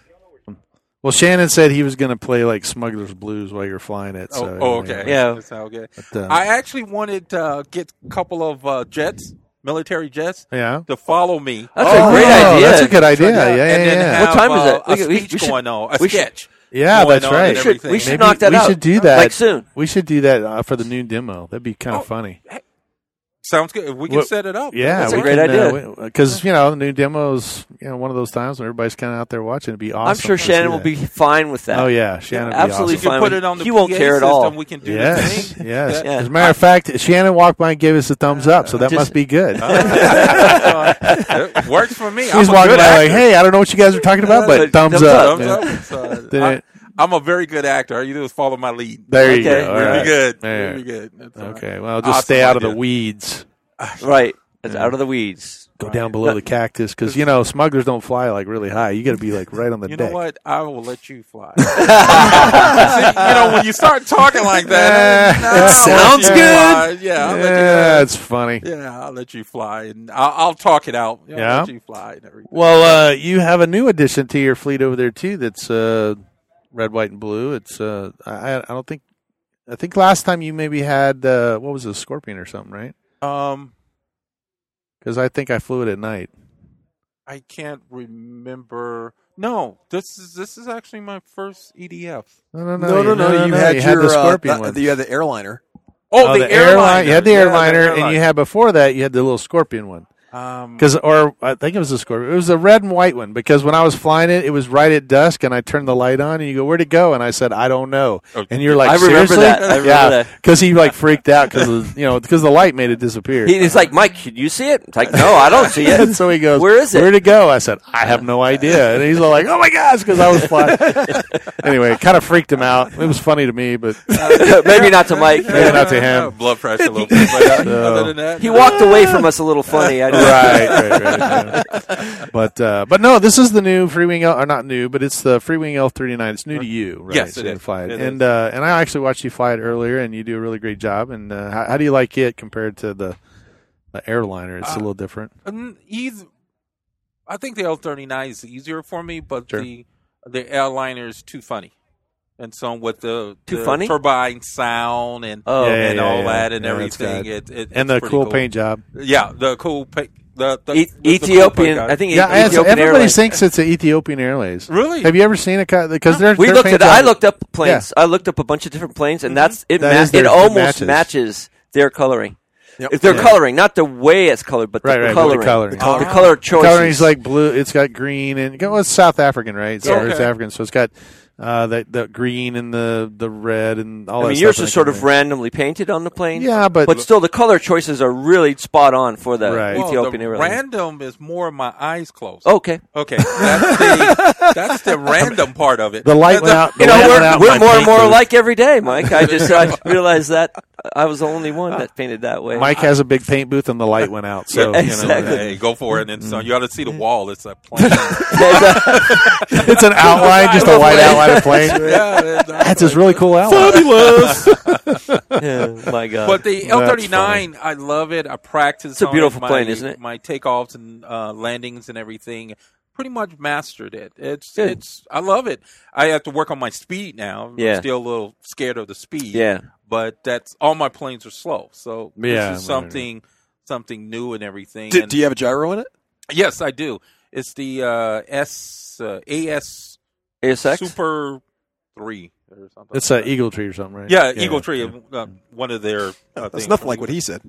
S1: Well, Shannon said he was going to play like Smuggler's Blues while you're flying it. So
S5: Oh, oh, okay.
S3: Yeah.
S5: That sounds good.
S1: But, uh,
S5: I actually wanted to uh, get a couple of uh, jets, military jets,
S1: yeah.
S5: to follow me.
S3: That's a great
S1: Oh,
S3: idea.
S1: That's a good idea.
S5: And
S1: Yeah, yeah,
S5: then
S1: yeah.
S5: have,
S3: What time is
S5: uh,
S3: it? We
S5: A
S3: could- we-
S5: speech
S3: we should-
S5: going on. A
S3: we should-
S5: sketch.
S1: yeah,
S5: going
S1: that's
S5: on and
S1: right.
S3: We should, we
S5: everything.
S3: should knock that
S1: we
S3: out.
S1: should do that.
S3: like soon.
S1: We should do that uh, for the noon demo. That'd be kind of
S5: Oh,
S1: funny.
S5: Sounds good. We can
S1: What-
S5: set it up.
S1: Yeah,
S3: That's a
S1: we
S3: great
S1: can,
S3: idea.
S1: Because you know, the noon demo's you know one of those times when everybody's kind of out there watching. It'd be awesome.
S3: I'm sure
S1: to
S3: Shannon
S1: see
S3: will
S1: that.
S3: be fine with that.
S1: Oh yeah, Shannon. would be
S3: Absolutely
S5: We
S1: awesome.
S5: can
S3: fine.
S5: put it on the
S3: He won't
S5: PA
S3: care at
S5: system.
S3: all.
S5: We can do the
S1: Yes,
S5: thing.
S1: yes.
S5: Yeah.
S1: As a matter of fact, Shannon walked by and gave us a thumbs up, so that
S3: Just-
S1: must be good.
S5: it works for me.
S1: He's
S5: I'm a
S1: walking
S5: good
S1: by like,
S5: actor.
S1: "Hey, I don't know what you guys are talking about, but
S3: But
S1: thumbs,
S3: thumbs
S1: up."
S3: up.
S5: Thumbs
S1: Yeah.
S5: up. So,
S1: Then
S5: I,
S1: it-
S5: I'm a very good actor. All you do is follow my lead.
S1: There you
S3: Okay.
S1: go. All
S3: We'll
S5: We'll
S1: right.
S5: be good.
S1: There.
S5: We'll be good. That's all right.
S1: Okay. Well, just
S5: Awesome
S1: stay out of the
S5: idea.
S1: weeds.
S3: Right. It's
S1: Yeah.
S3: out of the weeds.
S1: Go down below
S3: No.
S1: the cactus because you know smugglers don't fly like really high. You got to be like right on the
S5: You
S1: deck.
S5: know what? I will let you fly. See, you know, when you start talking like that,
S1: Eh,
S5: no, I'll
S1: it
S5: let
S1: sounds
S5: you
S1: good.
S5: fly. Yeah, I'll
S1: yeah,
S5: let
S1: it's funny.
S5: you. Yeah, I'll let you fly, and I'll, I'll talk it out. I'll
S1: Yeah.
S5: let you fly and everything.
S1: Well, uh, you have a new addition to your fleet over there too. That's uh, red, white, and blue. It's uh, I, I don't think. I think last time you maybe had uh, what was it, a scorpion or something, right?
S5: um,
S1: Because I think I flew it at night.
S5: I can't remember. No, this is this is actually my first E EDF.
S1: No, no, no,
S2: No, no,
S1: you-
S2: no. You had your
S1: the
S2: scorpion
S1: scorpion
S2: uh,
S1: one.
S2: You had the airliner.
S5: Oh,
S1: Oh,
S5: the, airliner.
S1: You had the
S5: Yeah,
S1: airliner, and you had before that you had the little scorpion one.
S5: um,
S1: Because, or I think it was a Scorpio. It was a red and white one. Because when I was flying it, it was right at dusk, and I turned the light on, and you go, "Where'd it go?" And I said, "I don't know."
S5: Oh,
S1: And you're like,
S3: I remember
S1: "Seriously?"
S3: that. I remember
S1: yeah,
S3: that.
S1: because he like freaked out because you know because the light made it disappear.
S3: He, he's like, Mike, could you see it? It's like, no, I don't see
S1: and
S3: it.
S1: so he goes,
S3: Where is it?
S1: Where'd it go?" I said, "I have no idea." And he's all like, "Oh my gosh!" Because I was flying. anyway, it kind of freaked him out. It was funny to me, but
S3: Maybe not to Mike.
S1: Maybe not to him.
S5: Blood pressure a little bit. But, uh,
S1: No.
S5: Other than that,
S3: He
S5: no.
S3: walked away from us a little funny. I just,
S1: right, right, right. yeah. But uh, but no, this is the new Freewing L, or not new, but it's the Freewing L thirty nine. It's new to you, right?
S5: Yes,
S1: So
S5: it
S1: you
S5: is.
S1: can Fly it.
S5: It
S1: and uh, and I actually watched you fly it earlier, and you do a really great job. And uh, how, how do you like it compared to the the airliner? It's a
S5: Uh,
S1: little different.
S5: Um, eith- I think the L thirty nine is easier for me, but
S1: Sure.
S5: the the airliner is too funny, and so with the,
S3: Too
S5: the
S3: funny?
S5: turbine sound and
S3: Oh,
S1: Yeah,
S5: and all that and
S1: Yeah, that's
S5: everything.
S1: good.
S5: It, it,
S1: and
S5: it's
S1: the
S5: pretty
S1: cool, paint job.
S5: yeah, the cool paint. The, the,
S3: E-
S5: the- the cool
S3: Ethiopian.
S5: paint
S3: I think
S1: Yeah, as-
S3: Ethiopian
S1: everybody
S3: Airlines.
S1: thinks it's an Ethiopian Airways.
S5: Really?
S1: Have you ever seen it? Because they're
S3: we
S1: their
S3: looked
S1: paint
S3: at. I
S1: job-
S3: looked up planes. I looked up a bunch of different planes, and that's it.
S1: That
S3: ma-
S1: is their-
S3: it
S1: it
S3: almost
S1: matches.
S3: matches. their coloring.
S2: Yep.
S3: If they're
S1: Yeah.
S3: coloring, not the way it's colored, but the
S1: Right, right, the
S3: coloring,
S1: coloring.
S3: the color,
S5: Ah.
S3: choices.
S1: Coloring's like blue. It's got green and well, it's South African, right? So
S5: Yeah.
S1: it's
S5: Okay.
S1: African, so it's got uh, that the green and the the red and all.
S3: I
S1: that
S3: mean,
S1: stuff
S3: yours
S1: in
S3: is
S1: the
S3: sort of
S1: coloring.
S3: randomly painted on the plane.
S1: Yeah, but,
S3: but still, the color choices are really spot on for the
S1: Right.
S5: Well,
S3: Ethiopian Oh.
S5: the
S3: Airlines.
S5: random is more my eyes closed.
S3: okay.
S5: okay, that's the, that's the random part of it.
S1: the light went
S5: That's-
S1: out.
S3: You
S1: the
S3: know,
S1: light went
S3: we're,
S1: out
S3: we're
S1: in my
S3: more and
S1: paint
S3: more
S1: booth.
S3: alike every day, Mike. I just I realized that I was the only one that painted that way.
S1: Mike has a big paint booth and the light went out. So
S3: Yeah,
S1: you know,
S3: exactly. Mm-hmm.
S5: Hey, go for it, and so you ought to see the wall. It's a plane.
S1: it's an outline, just a white outline of plane.
S5: yeah,
S1: That's his really cool outline.
S3: Fabulous. yeah, my God.
S5: But the
S1: That's
S5: L thirty nine, I love it. I practice.
S3: It's a
S5: on
S3: beautiful
S5: my,
S3: plane, isn't it?
S5: My takeoffs and uh, landings and everything, pretty much mastered it. It's
S3: Good.
S5: it's. I love it. I have to work on my speed now. I'm
S3: Yeah.
S5: still a little scared of the speed.
S3: yeah.
S5: but that's all my planes are slow. So
S1: Yeah,
S5: this is
S1: right, right.
S5: something something new and everything.
S2: Do,
S5: And-
S2: do you have a gyro in it?
S5: yes, I do. It's the uh, S uh, AS
S3: ASX?
S5: Super Three or something.
S1: It's E-
S5: like
S1: an
S5: that.
S1: eagle tree or something, right?
S5: Yeah, Eagle Tree, Uh, one of their. Uh,
S2: That's
S5: things.
S2: nothing like what he said.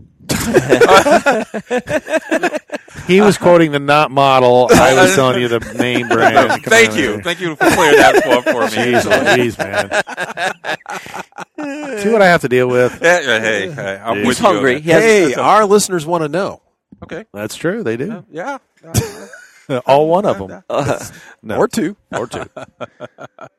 S1: He was quoting the not model. I was telling you the name brand. Come
S5: Thank
S1: on E-
S5: you.
S1: here.
S5: Thank you for clearing that up for me.
S1: Jeez, Louise, man. See what I have to deal with.
S5: Yeah, yeah, hey, hey, I'm
S1: He's
S5: with you on
S3: hungry.
S5: that.
S3: He has-
S2: hey, our listeners want to know.
S5: Okay.
S1: That's true. They do.
S5: Yeah.
S1: All one of them.
S3: Uh,
S1: No.
S2: Or two.
S1: Or two.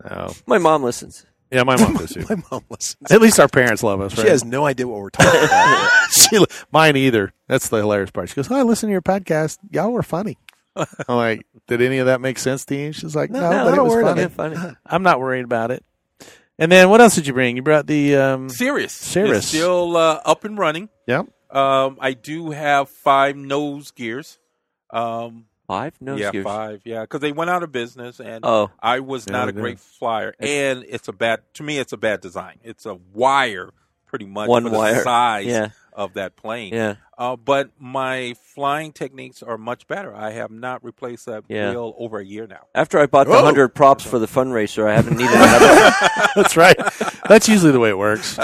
S1: No.
S3: my mom listens.
S1: Yeah, my mom does too.
S2: My mom listens.
S1: At least our parents love us, right?
S2: She has no idea what we're talking about.
S1: she, mine either. That's the hilarious part. She goes, "Oh, I listen to your podcast. Y'all were funny." I'm like, "Did any of that make sense to you?" She's like, "No, but it
S3: don't
S1: was
S3: worry about
S1: funny.
S3: it. Funny.
S1: I'm not worried about it." And then what else did you bring? You brought the um,
S5: Serious.
S1: Serious.
S5: It's still uh, up and running.
S1: yeah.
S5: Um, I do have five nose gears. Um,
S3: Five nose
S5: yeah,
S3: gears.
S5: five. Yeah, because they went out of business, and
S3: Oh.
S5: I was
S1: Yeah,
S5: not
S1: they
S5: a great
S1: did.
S5: flyer. And it's a bad to me. It's a bad design. It's a wire, pretty much
S3: One
S5: for
S3: wire.
S5: the size
S3: Yeah.
S5: of that plane.
S3: Yeah.
S5: Uh, but my flying techniques are much better. I have not replaced that
S3: Yeah.
S5: wheel over a year now.
S3: After I bought the
S2: Whoa.
S3: hundred props for the fundraiser, I haven't needed another.
S1: That's right. That's usually the way it works.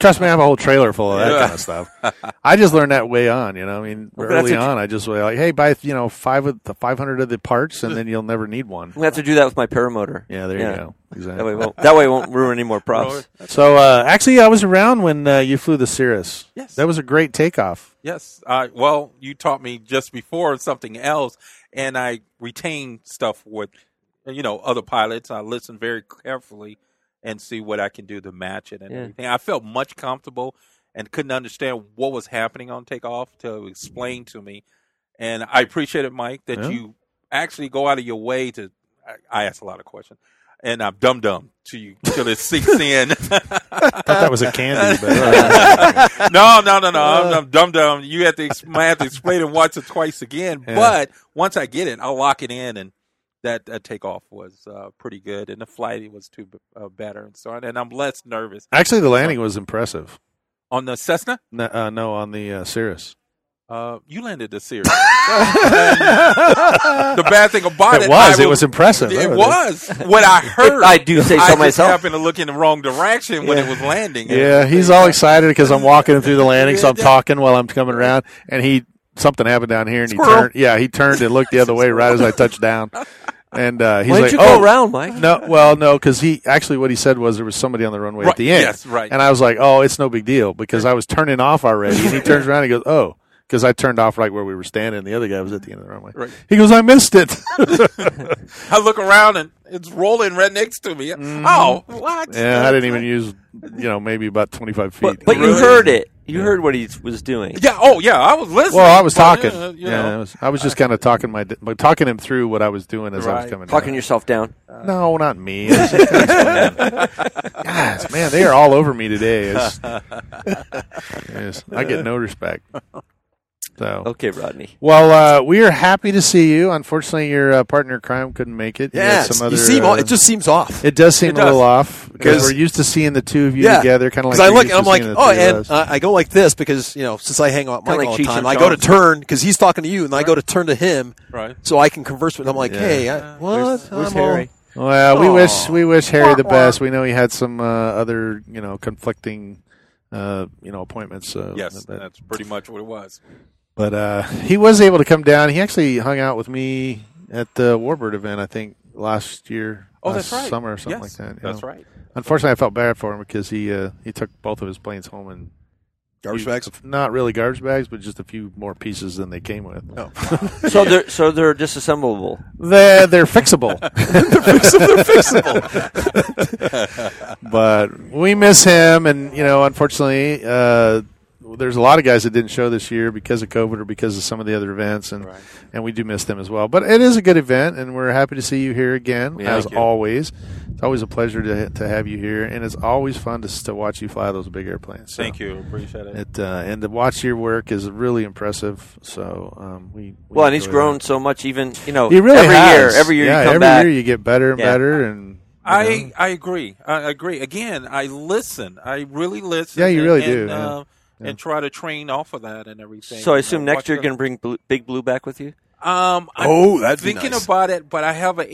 S1: Trust me, I have a whole trailer full of that kind of stuff. I just learned that way on. You know, I mean,
S3: Well, but that's
S1: early
S3: what you-
S1: on, I just was like, "Hey, buy you know five of the 500 of the parts, and then you'll never need one."
S3: I'm gonna have to do that with my paramotor.
S1: Yeah, there you go. Exactly.
S3: That way, it won't, that way, it won't ruin any more props.
S1: So uh, actually, I was around when uh, you flew the Cirrus.
S5: Yes.
S1: that was a great takeoff.
S5: Yes. Uh, well, you taught me just before something else, and I retain stuff with, you know, other pilots. I listen very carefully and see what I can do to match it and
S3: Yeah.
S5: everything. I felt much comfortable and couldn't understand what was happening on takeoff to explain to me. And I appreciate it, Mike, that
S1: Yeah.
S5: you actually go out of your way to. I, I ask a lot of questions, and I'm dumb dumb to you till it sinks in.
S1: I thought that was a candy, but uh,
S5: no, no, no, no. I'm, I'm dumb dumb. You have to ex- might have to explain it once or twice again.
S1: Yeah.
S5: But once I get it, I'll lock it in. And that, that takeoff was uh, pretty good, and the flight was too b- uh, better, and so on. And I'm less nervous
S1: actually, the landing was impressive.
S5: on the Cessna.
S1: No, uh, no on the uh, Cirrus.
S5: Uh, you landed the series. the bad thing about it,
S1: It was.
S5: I
S1: It was impressive. Oh,
S5: It
S1: That
S5: was what I heard.
S3: I do say so
S5: I just
S3: myself.
S5: happened to look in the wrong direction when it was landing.
S1: Yeah, he's all excited because I'm walking him through the landing, so I'm talking while I'm coming around, and he something happened down here, and he
S5: Squirrel.
S1: turned. Yeah, he turned and looked the other way right as I touched down, and uh, he's
S3: Why
S1: like,
S3: don't you
S1: "Oh,
S3: go around, Mike?
S1: No, well, no, because he actually what he said was there was somebody on the runway
S5: Right,
S1: at the end.
S5: yes, right.
S1: And I was like, oh, it's no big deal because I was turning off already. And he turns around and goes, oh, because I turned off right where we were standing. and The other guy was at the end of the runway.
S5: Right.
S1: He goes, I missed it.
S5: I look around and it's rolling right next to me.
S1: Mm-hmm.
S5: Oh, what?
S1: yeah, I didn't even use, you know, maybe about twenty five feet.
S3: But, but you
S5: Really?
S3: heard it. You heard what he was doing.
S5: Yeah. Oh, yeah. I was listening.
S1: Well, I was
S5: Well,
S1: talking.
S5: Yeah. you
S1: yeah,
S5: know.
S1: I, was, I was just kind of talking my, but talking him through what I was doing as I was
S5: Right.
S1: coming.
S3: Talking
S1: down.
S3: yourself down.
S1: No, not me. It was just- Guys, man, they are all over me today. It's- Yes, I get no respect. So,
S3: Okay, Rodney.
S1: well, uh, we are happy to see you. Unfortunately, your uh, partner in crime couldn't make it. You had
S2: Yeah,
S1: some other,
S2: you seem
S1: uh,
S2: it just seems off.
S1: it does seem
S5: It
S1: a
S5: does.
S1: little off because
S2: Because-
S1: we're used to seeing the two of you
S2: Yeah.
S1: together, kind of like
S2: Because I
S1: we're
S2: look
S1: used
S2: and I'm
S1: to
S2: like,
S1: seeing the
S2: oh,
S1: three of
S2: and
S1: us.
S2: I, I go like this because you know since I hang out with
S3: Kinda
S2: Mike
S3: like
S2: all the
S3: Cheech
S2: time,
S3: and
S2: I go to
S3: Chong.
S2: turn because he's talking to you and I go to turn to him,
S5: Right.
S2: So I can converse with. him. I'm like,
S1: Yeah.
S2: hey, I, what?
S3: Where's
S2: I'm all-
S3: Harry?
S1: Well, we
S2: Aw.
S1: wish we wish Harry the best. We know he had some uh, other you know conflicting uh, you know appointments. Uh,
S5: Yes,
S1: but,
S5: that's pretty much what it was.
S1: but, uh, he was able to come down. He actually hung out with me at the Warbird event, I think, last year.
S5: Oh,
S1: last
S5: that's right.
S1: Summer or something
S5: Yes,
S1: like that. you
S5: That's
S1: know.
S5: right.
S1: Unfortunately, I felt bad for him because he uh, he took both of his planes home and
S2: Garbage
S1: used-
S2: bags.
S1: Not really garbage bags, but just a few more pieces than they came
S5: Oh,
S1: with.
S2: No.
S3: So they're so they're disassemblable.
S1: They're they're fixable. they're fixable. but we miss him, and you know, unfortunately, uh, there's a lot of guys that didn't show this year because of COVID or because of some of the other events, and and we do miss them as well. But it is a good event, and we're happy to see you here again
S3: Yeah,
S1: as
S3: thank you.
S1: always. It's always a pleasure to to have you here, and it's always fun to to watch you fly those big airplanes. So
S5: Thank you. Appreciate it.
S1: It, uh, and to watch your work is really impressive. So um, we, we
S3: Well, and he's
S1: enjoy
S3: grown
S1: that.
S3: so much. Even you know,
S1: He really
S3: Oh, every
S1: has.
S3: year, every year
S1: yeah,
S3: you come
S1: every
S3: back.
S1: year you get better and
S3: Yeah.
S1: better, and you know.
S5: I I agree. I agree. Again, I listen. I really listen.
S1: Yeah, you
S5: and-
S1: really
S5: and,
S1: do, yeah.
S5: uh, And try to train off of that and everything.
S3: so I
S5: you
S3: assume
S5: know,
S3: next year
S5: watch
S3: you're going to bring Blue, Big Blue back with you.
S5: the- Um, I'm
S2: Oh, that'd be
S5: thinking
S2: nice.
S5: about it, but I have an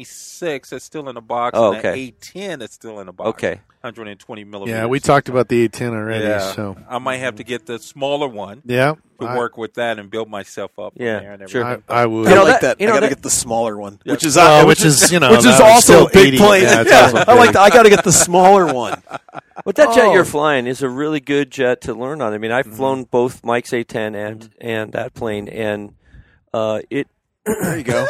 S5: 826 that's still in the box,
S3: Oh,
S5: and an
S3: okay.
S5: 810 that's still in the box.
S3: Okay.
S5: 120 millimeters.
S1: Yeah, we talked about the A10 already.
S5: Yeah.
S1: So
S5: I might have to get the smaller one
S1: yeah,
S5: to
S1: I-
S5: work with that and build myself up. from
S3: Yeah,
S5: there and
S3: sure.
S5: everything.
S1: I, I would.
S3: You
S2: I
S3: know,
S2: like
S3: that-
S2: that.
S3: you know,
S2: I got to
S3: that-
S2: get the smaller one,
S5: Yeah.
S2: which is
S1: Uh,
S2: uh,
S1: which is you know
S2: which
S1: that was
S2: is
S1: still
S2: also a big
S1: 80.
S2: plane.
S1: Yeah, it's also
S2: I like.
S1: big.
S2: The, I got to get the smaller one.
S3: But that jet
S2: Oh.
S3: you're flying is a really good jet to learn on. I mean, I've flown both Mike's A10 and and that plane, and uh, it
S2: There you go.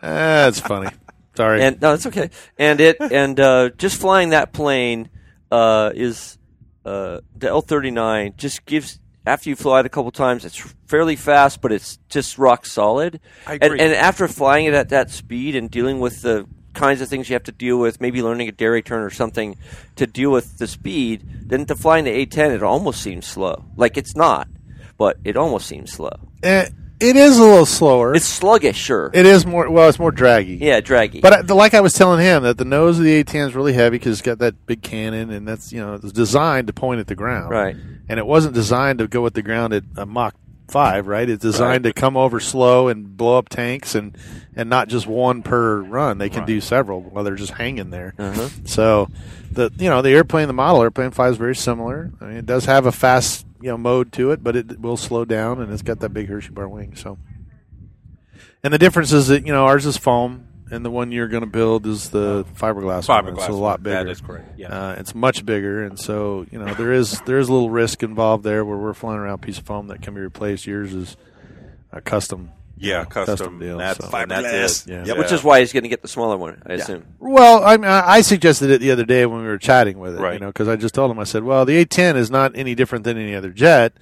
S1: Eh, That's funny. Sorry.
S3: and no, that's okay. And it and uh, just flying that plane uh, is uh, the L thirty nine just gives. After you fly it a couple times, it's fairly fast, but it's just rock solid.
S5: I
S3: And,
S5: agree.
S3: and after flying it at that speed and dealing with the kinds of things you have to deal with, maybe learning a dairy turn or something to deal with the speed, then to flying the A ten, it almost seems slow. Like it's not, but it almost seems slow.
S1: Eh, it is a little slower.
S3: It's sluggish, sure.
S1: It is more well. It's more draggy.
S3: yeah, draggy.
S1: But I, the- like I was telling him, that the nose of the A10 is really heavy because it's got that big cannon, and that's you know it was designed to point at the ground.
S3: Right.
S1: And it wasn't designed to go at the ground at a Mach five. Right. It's designed to come over slow and blow up tanks, and and not just one per run. They can do several while they're just hanging there.
S3: Uh-huh.
S1: So the you know the airplane, the model airplane flies very similar. I mean, it does have a fast you know mode to it, but it will slow down, and it's got that big Hershey bar wing. So. And the difference is that you know ours is foam, and the one you're going to build is the fiberglass. one.
S5: Fiberglass.
S1: It's a lot bigger.
S5: That is correct. Yeah.
S1: Uh, it's much bigger, and so you know there is there is a little risk involved there where we're flying around a piece of foam that can be replaced. Yours is a custom.
S5: yeah, custom.
S1: custom deal,
S5: that's
S1: so-
S5: and that's
S2: Fiberglass.
S5: it.
S1: Yeah.
S2: Yep.
S3: which is why he's going to get the smaller one, I assume.
S1: Well, I mean, I I suggested it the other day when we were chatting with it, you
S5: Right.
S1: know, because I just told him I said, well, the A10 is not any different than any other jet,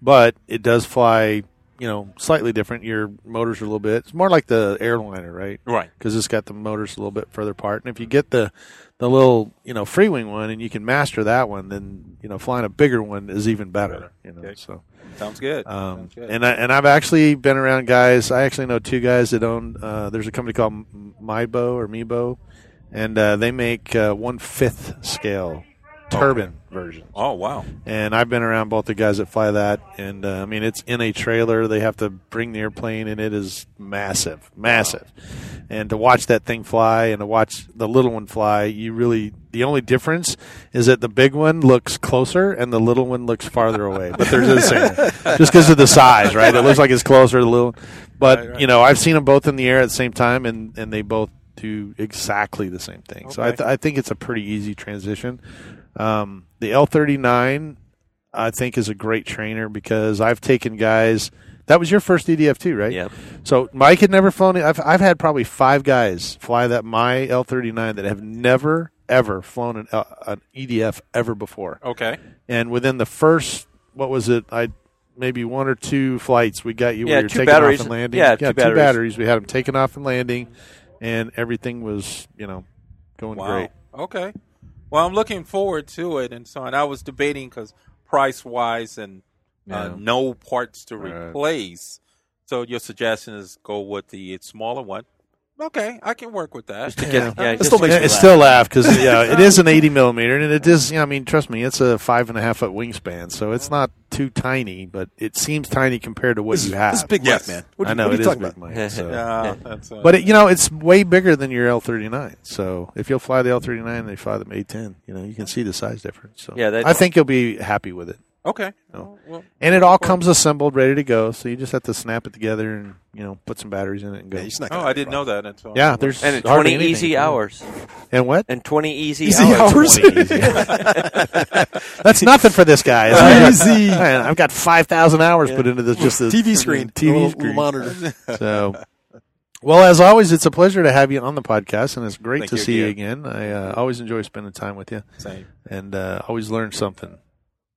S1: but it does fly, you know, slightly different. Your motors are a little bit. It's more like the airliner, right?
S5: Right.
S1: because it's got the motors a little bit further apart. And if you get the the little you know free wing one and you can master that one, then you know flying a bigger one is even better. You know,
S5: Okay.
S1: so
S5: Sounds good.
S1: um,
S5: Sounds good.
S1: and I, and I've actually been around guys. I actually know two guys that own. Uh, there's a company called M- Mibo or Mebo, and uh, they make uh, one fifth scale turbine version.
S5: oh wow.
S1: And I've been around both the guys that fly that, and uh, I mean it's in a trailer. They have to bring the airplane, and it is massive, massive. And to watch that thing fly, and to watch the little one fly, you really the only difference is that the big one looks closer, and the little one looks farther away. But they're the same, just because of the size, right? It looks like it's closer, the little. But you know, I've seen them both in the air at the same time, and and they both do exactly the same thing. So I, th- I think it's a pretty easy transition. Um, the L39, I think, is a great trainer because I've taken guys. That was your first EDF too, right?
S3: Yep.
S1: So Mike had never flown. it. I've I've had probably five guys fly that my L39 that have never ever flown an, L- an EDF ever before.
S3: Oh.
S5: Okay.
S1: And within the first, what was it? I maybe one or two flights we got you.
S3: Yeah,
S1: where you're
S3: two
S1: taking
S3: batteries.
S1: off and landing.
S3: Yeah, two batteries.
S1: We had them taking off and landing, and everything was you know going
S5: Wow.
S1: great.
S5: Okay. Well, I'm looking forward to it and so on. I was debating because price wise and
S1: Yeah.
S5: uh, no parts to
S1: Right.
S5: replace. So your suggestion is go with the smaller one. Okay, I can work with that.
S3: To get- yeah,
S1: It
S3: just
S1: still
S3: to
S1: makes
S3: get
S1: it still laugh because yeah, it is an eighty millimeter, and it is. yeah, I mean, trust me, it's a five and a half foot wingspan, so it's not too tiny, but it seems tiny compared to what
S2: This,
S1: you
S2: this
S1: have.
S2: is big
S5: Yes.
S2: Mike, man. What are
S1: I
S2: you,
S1: know
S2: what are
S1: it
S2: you
S1: is
S2: talking
S1: big
S2: about?
S1: Mike, so.
S5: Yeah, that's, uh,
S1: But it, you know, it's way bigger than your L thirty nine. So if you'll fly the L thirty nine, they fly the A ten. You know, you can see the size difference. So
S3: Yeah, that-
S1: I think you'll be happy with it,
S5: okay.
S1: No.
S5: Well,
S1: and it all comes assembled, ready to go. So you just have to snap it together and you know put some batteries in it and go.
S2: Yeah, he's not
S5: oh,
S2: gonna
S5: I
S2: have a
S5: didn't
S2: problem.
S5: know that. And so
S1: yeah, there's
S3: And in
S1: hardly
S3: 20
S1: anything.
S3: easy hours.
S1: and what
S3: And 20 easy,
S2: Easy
S3: hours.
S2: hours.
S1: That's nothing for this guy. It's like, Man, I've got five thousand hours put into this just the
S2: TV screen,
S1: TV
S2: little,
S1: screen.
S2: little monitor.
S1: So, well, as always, it's a pleasure to have you on the podcast, and it's great
S5: Thank
S1: to
S5: you
S1: see you again. I uh, always enjoy spending time with you,
S5: same.
S1: and uh, always learn something.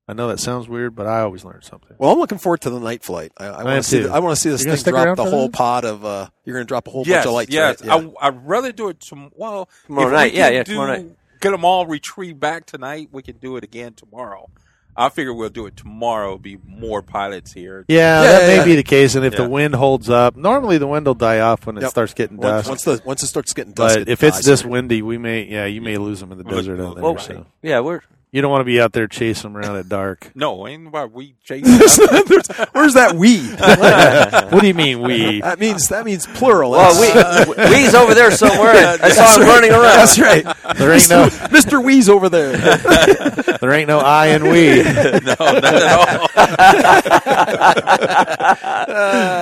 S1: I know that sounds weird, but I always learn something.
S2: Well, I'm looking forward to the night flight. I, I
S1: am
S2: want to see.
S1: too.
S2: The, I want to see this
S1: You're gonna
S2: thing
S1: stick around
S2: drop the
S1: for
S2: whole
S1: that?
S2: pot of. Uh, you're going to drop a whole
S5: Yes,
S2: bunch of lights.
S5: yes.
S2: right? Yeah.
S5: I, would rather do it tom- well
S3: Tomorrow
S5: if we
S3: night.
S5: can
S3: Yeah, yeah,
S5: do-
S3: tomorrow night.
S5: Get them all retrieved back tonight. We can do it again tomorrow. I figure we'll do it tomorrow. Be more pilots here.
S1: Yeah,
S2: Yeah,
S1: that
S2: yeah,
S1: may
S2: yeah.
S1: be the case, and if the
S5: Yeah.
S1: wind holds up, normally the wind will die off when it
S2: Yep.
S1: starts getting
S2: once,
S1: dusk.
S2: once the once it starts getting dusk,
S1: but
S2: it
S1: if it's
S2: dies.
S1: this windy, we may yeah you may lose them in the desert out there.
S3: Well,
S1: so.
S3: yeah, we're
S1: You don't want to be out there chasing them around at dark.
S5: No, ain't why we chase.
S2: There's- Where's that we?
S1: what do you mean we?
S2: That means that means plural.
S3: Well, Oh, we, we's over there somewhere. I saw him running around.
S2: That's right.
S1: There ain't no,
S2: Mr. Wee's over there.
S1: there ain't no I and we.
S5: no, not at all.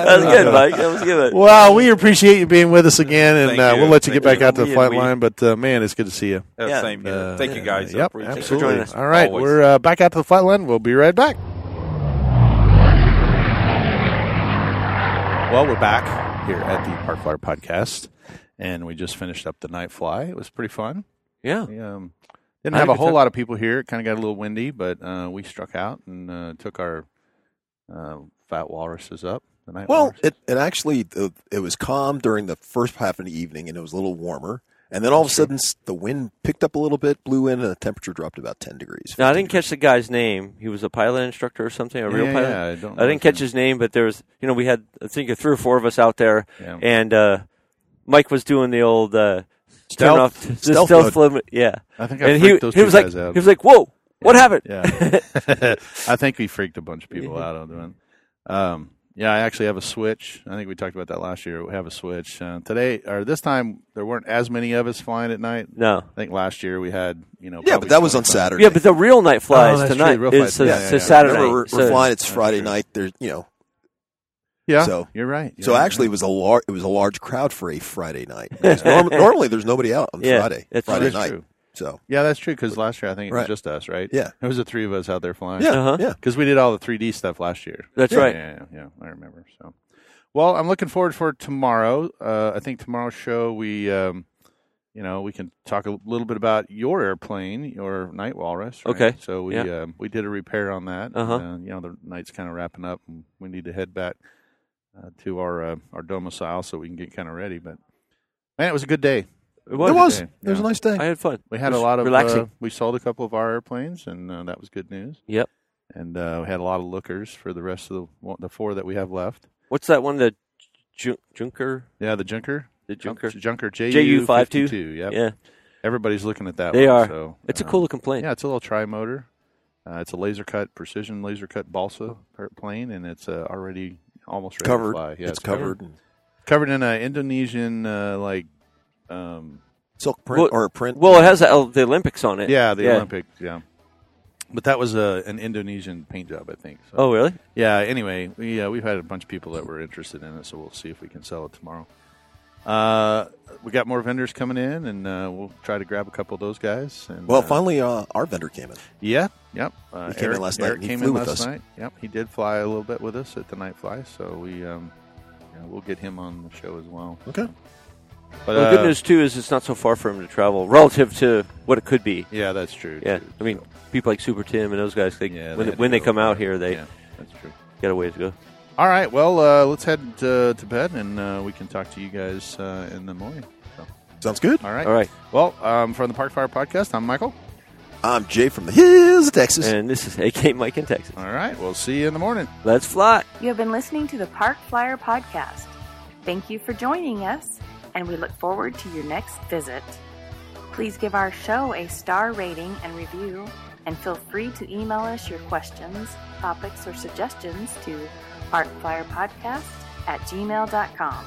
S3: That was good, Mike. That was good.
S1: Well, we appreciate you being with us again, and
S5: Thank
S1: uh,
S5: you.
S1: we'll let you
S5: Thank
S1: get back
S5: you.
S1: out to the
S3: We-
S1: flight
S3: we-
S1: line. But uh, man, it's good to see you.
S5: Uh,
S3: Yeah.
S5: Same here.
S1: Uh,
S5: Thank you guys. I
S1: Yep,
S5: appreciate it.
S1: absolutely.
S3: joining us.
S1: All right,
S5: Always.
S1: we're uh, back out to the flight line. We'll be right back. Well, we're back here at the Park Flyer Podcast, and we just finished up the night fly. It was pretty fun.
S3: Yeah.
S1: We, um, didn't
S3: I
S1: have
S3: had a
S1: a
S3: good
S1: whole
S3: time.
S1: lot of people here. It kind of got a little windy, but uh, we struck out and uh, took our uh, fat walruses up. The night
S2: Well,
S1: walrus.
S2: it, it actually uh, it was calm during the first half of the evening, and it was a little warmer. And then all of a sudden, s- the wind picked up a little bit, blew in, and the temperature dropped about ten degrees.
S3: Now I didn't catch the guy's name. He was a pilot instructor or something, a
S1: Yeah,
S3: real
S1: yeah,
S3: pilot.
S1: yeah, I don't know
S3: I
S1: his
S3: didn't catch
S1: name.
S3: his name, but there was you know we had I think three or four of us out there,
S1: Yeah.
S3: and uh, Mike was doing the old uh,
S2: Stealth-
S3: turn off the
S2: stealth
S3: stealth limit. Yeah,
S1: I think I
S3: and he,
S1: freaked those
S3: he
S1: two
S3: was like
S1: guys out.
S3: he was like, "Whoa, what happened?"
S1: Yeah, I think we freaked a bunch of people out on doing. Um, yeah, I actually have a switch. I think we talked about that last year. We have a switch uh, today, or this time there weren't as many of us flying at night.
S3: No,
S1: I think last year we had, you know,
S2: Yeah,
S1: probably
S2: but that was on
S1: 25.
S2: Saturday.
S3: yeah, but the real night flies
S1: Oh, that's true,
S3: tonight.
S1: the real
S3: is
S1: flies. Yeah, yeah, yeah.
S3: Saturday.
S2: Remember, we're, we're
S3: So-
S2: flying. It's Friday
S1: true.
S2: night. There's you know.
S1: Yeah,
S2: So-
S1: you're right. You're
S2: So
S1: right.
S2: actually, it was a lar- it was a large crowd for a Friday night. Because norm- normally, there's nobody out on
S3: Yeah,
S2: Friday.
S3: that's
S2: Friday
S1: That's
S2: night.
S1: true.
S2: So
S1: Yeah, that's true. Because last year I think it was
S2: Right.
S1: just us, right?
S2: Yeah.
S1: it was the three of us out there flying.
S2: yeah,
S3: Uh-huh.
S2: yeah.
S1: because we did all the 3D stuff last year.
S3: That's
S1: Yeah,
S3: right.
S1: Yeah, yeah, yeah, I remember. So, well, I'm looking forward for tomorrow. Uh, I think tomorrow's show we, um, you know, we can talk a little bit about your airplane, your Night Walrus. right?
S3: Okay.
S1: So we
S3: Yeah.
S1: um, we did a repair on that.
S3: Uh-huh.
S1: And, uh, you know, the night's kind of wrapping up, and we need to head back uh, to our uh, our domicile so we can get kind of ready. But man, it was a good day.
S3: It
S2: It
S3: was.
S2: was.
S1: Yeah.
S2: It was a nice day.
S3: I had fun.
S1: We
S3: It
S1: had a
S3: was
S1: lot of
S3: relaxing.
S1: Uh, we sold a couple of our airplanes, and uh, that was good news.
S3: Yep.
S1: And uh, we had a lot of lookers for the rest of the one- the four that we have left.
S3: What's that one? The Ju- Junker.
S1: Yeah, the Junker,
S3: The Junker.
S1: Junker,
S3: JU
S1: JU
S3: 52.
S1: fifty two. Yep.
S3: Yeah,
S1: everybody's looking at that.
S3: They
S1: one,
S3: are.
S1: So,
S3: it's a
S1: uh,
S3: cool looking plane.
S1: Yeah, it's a little tri motor. Uh, it's a laser cut precision laser cut balsa per- plane, and it's uh, already almost ready To
S2: Covered.
S1: fly. Yeah,
S2: it's, covered. in
S1: Covered in an Indonesian uh, like. Um,
S2: Silk print
S3: Well-
S2: or a print.
S3: Well, it has the, L- the Olympics on it.
S1: yeah, the Olympic. Yeah. But that was uh, an Indonesian paint job, I think. So.
S3: Oh, really?
S1: yeah anyway we uh, we've had a bunch of people that were interested in it so we'll see if we can sell it tomorrow uh, we got more vendors coming in and uh, we'll try to grab a couple of those guys and
S2: Well,
S1: uh,
S2: finally, uh, our vendor came in.
S1: yeah yep uh,
S2: He came in
S1: Eric-
S2: last night
S1: Eric
S2: and he
S1: came
S2: flew
S1: in
S2: with
S1: last
S2: us.
S1: night yep he did fly a little bit with us at the night fly so we um, yeah, we'll get him on the show as well
S2: Okay.
S1: but
S3: Well, the
S1: uh,
S3: good news too is it's not so far for him to travel relative to what it could be.
S1: yeah that's true
S3: Yeah,
S1: too.
S3: I mean,
S1: So,
S3: people like Super Tim and those guys, they,
S1: yeah, had
S3: when
S1: to
S3: they, when they
S1: go
S3: come
S1: far.
S3: out here, they
S1: yeah, that's true
S3: got a ways to go.
S1: all right well uh, let's head uh, to bed and uh, we can talk to you guys uh, in the morning so,
S2: Sounds good.
S1: all right
S3: All right,
S1: Well, um, from the Park Fire Podcast, I'm Michael.
S2: I'm Jay from the hills of Texas.
S3: and this is AK Mike in Texas.
S1: All right, we'll see you in the morning.
S3: Let's fly.
S6: You have been listening to the Park Flyer Podcast. Thank you for joining us, and we look forward to your next visit. Please give our show a star rating and review, and feel free to email us your questions, topics, or suggestions to parkflyerpodcast at gmail.com.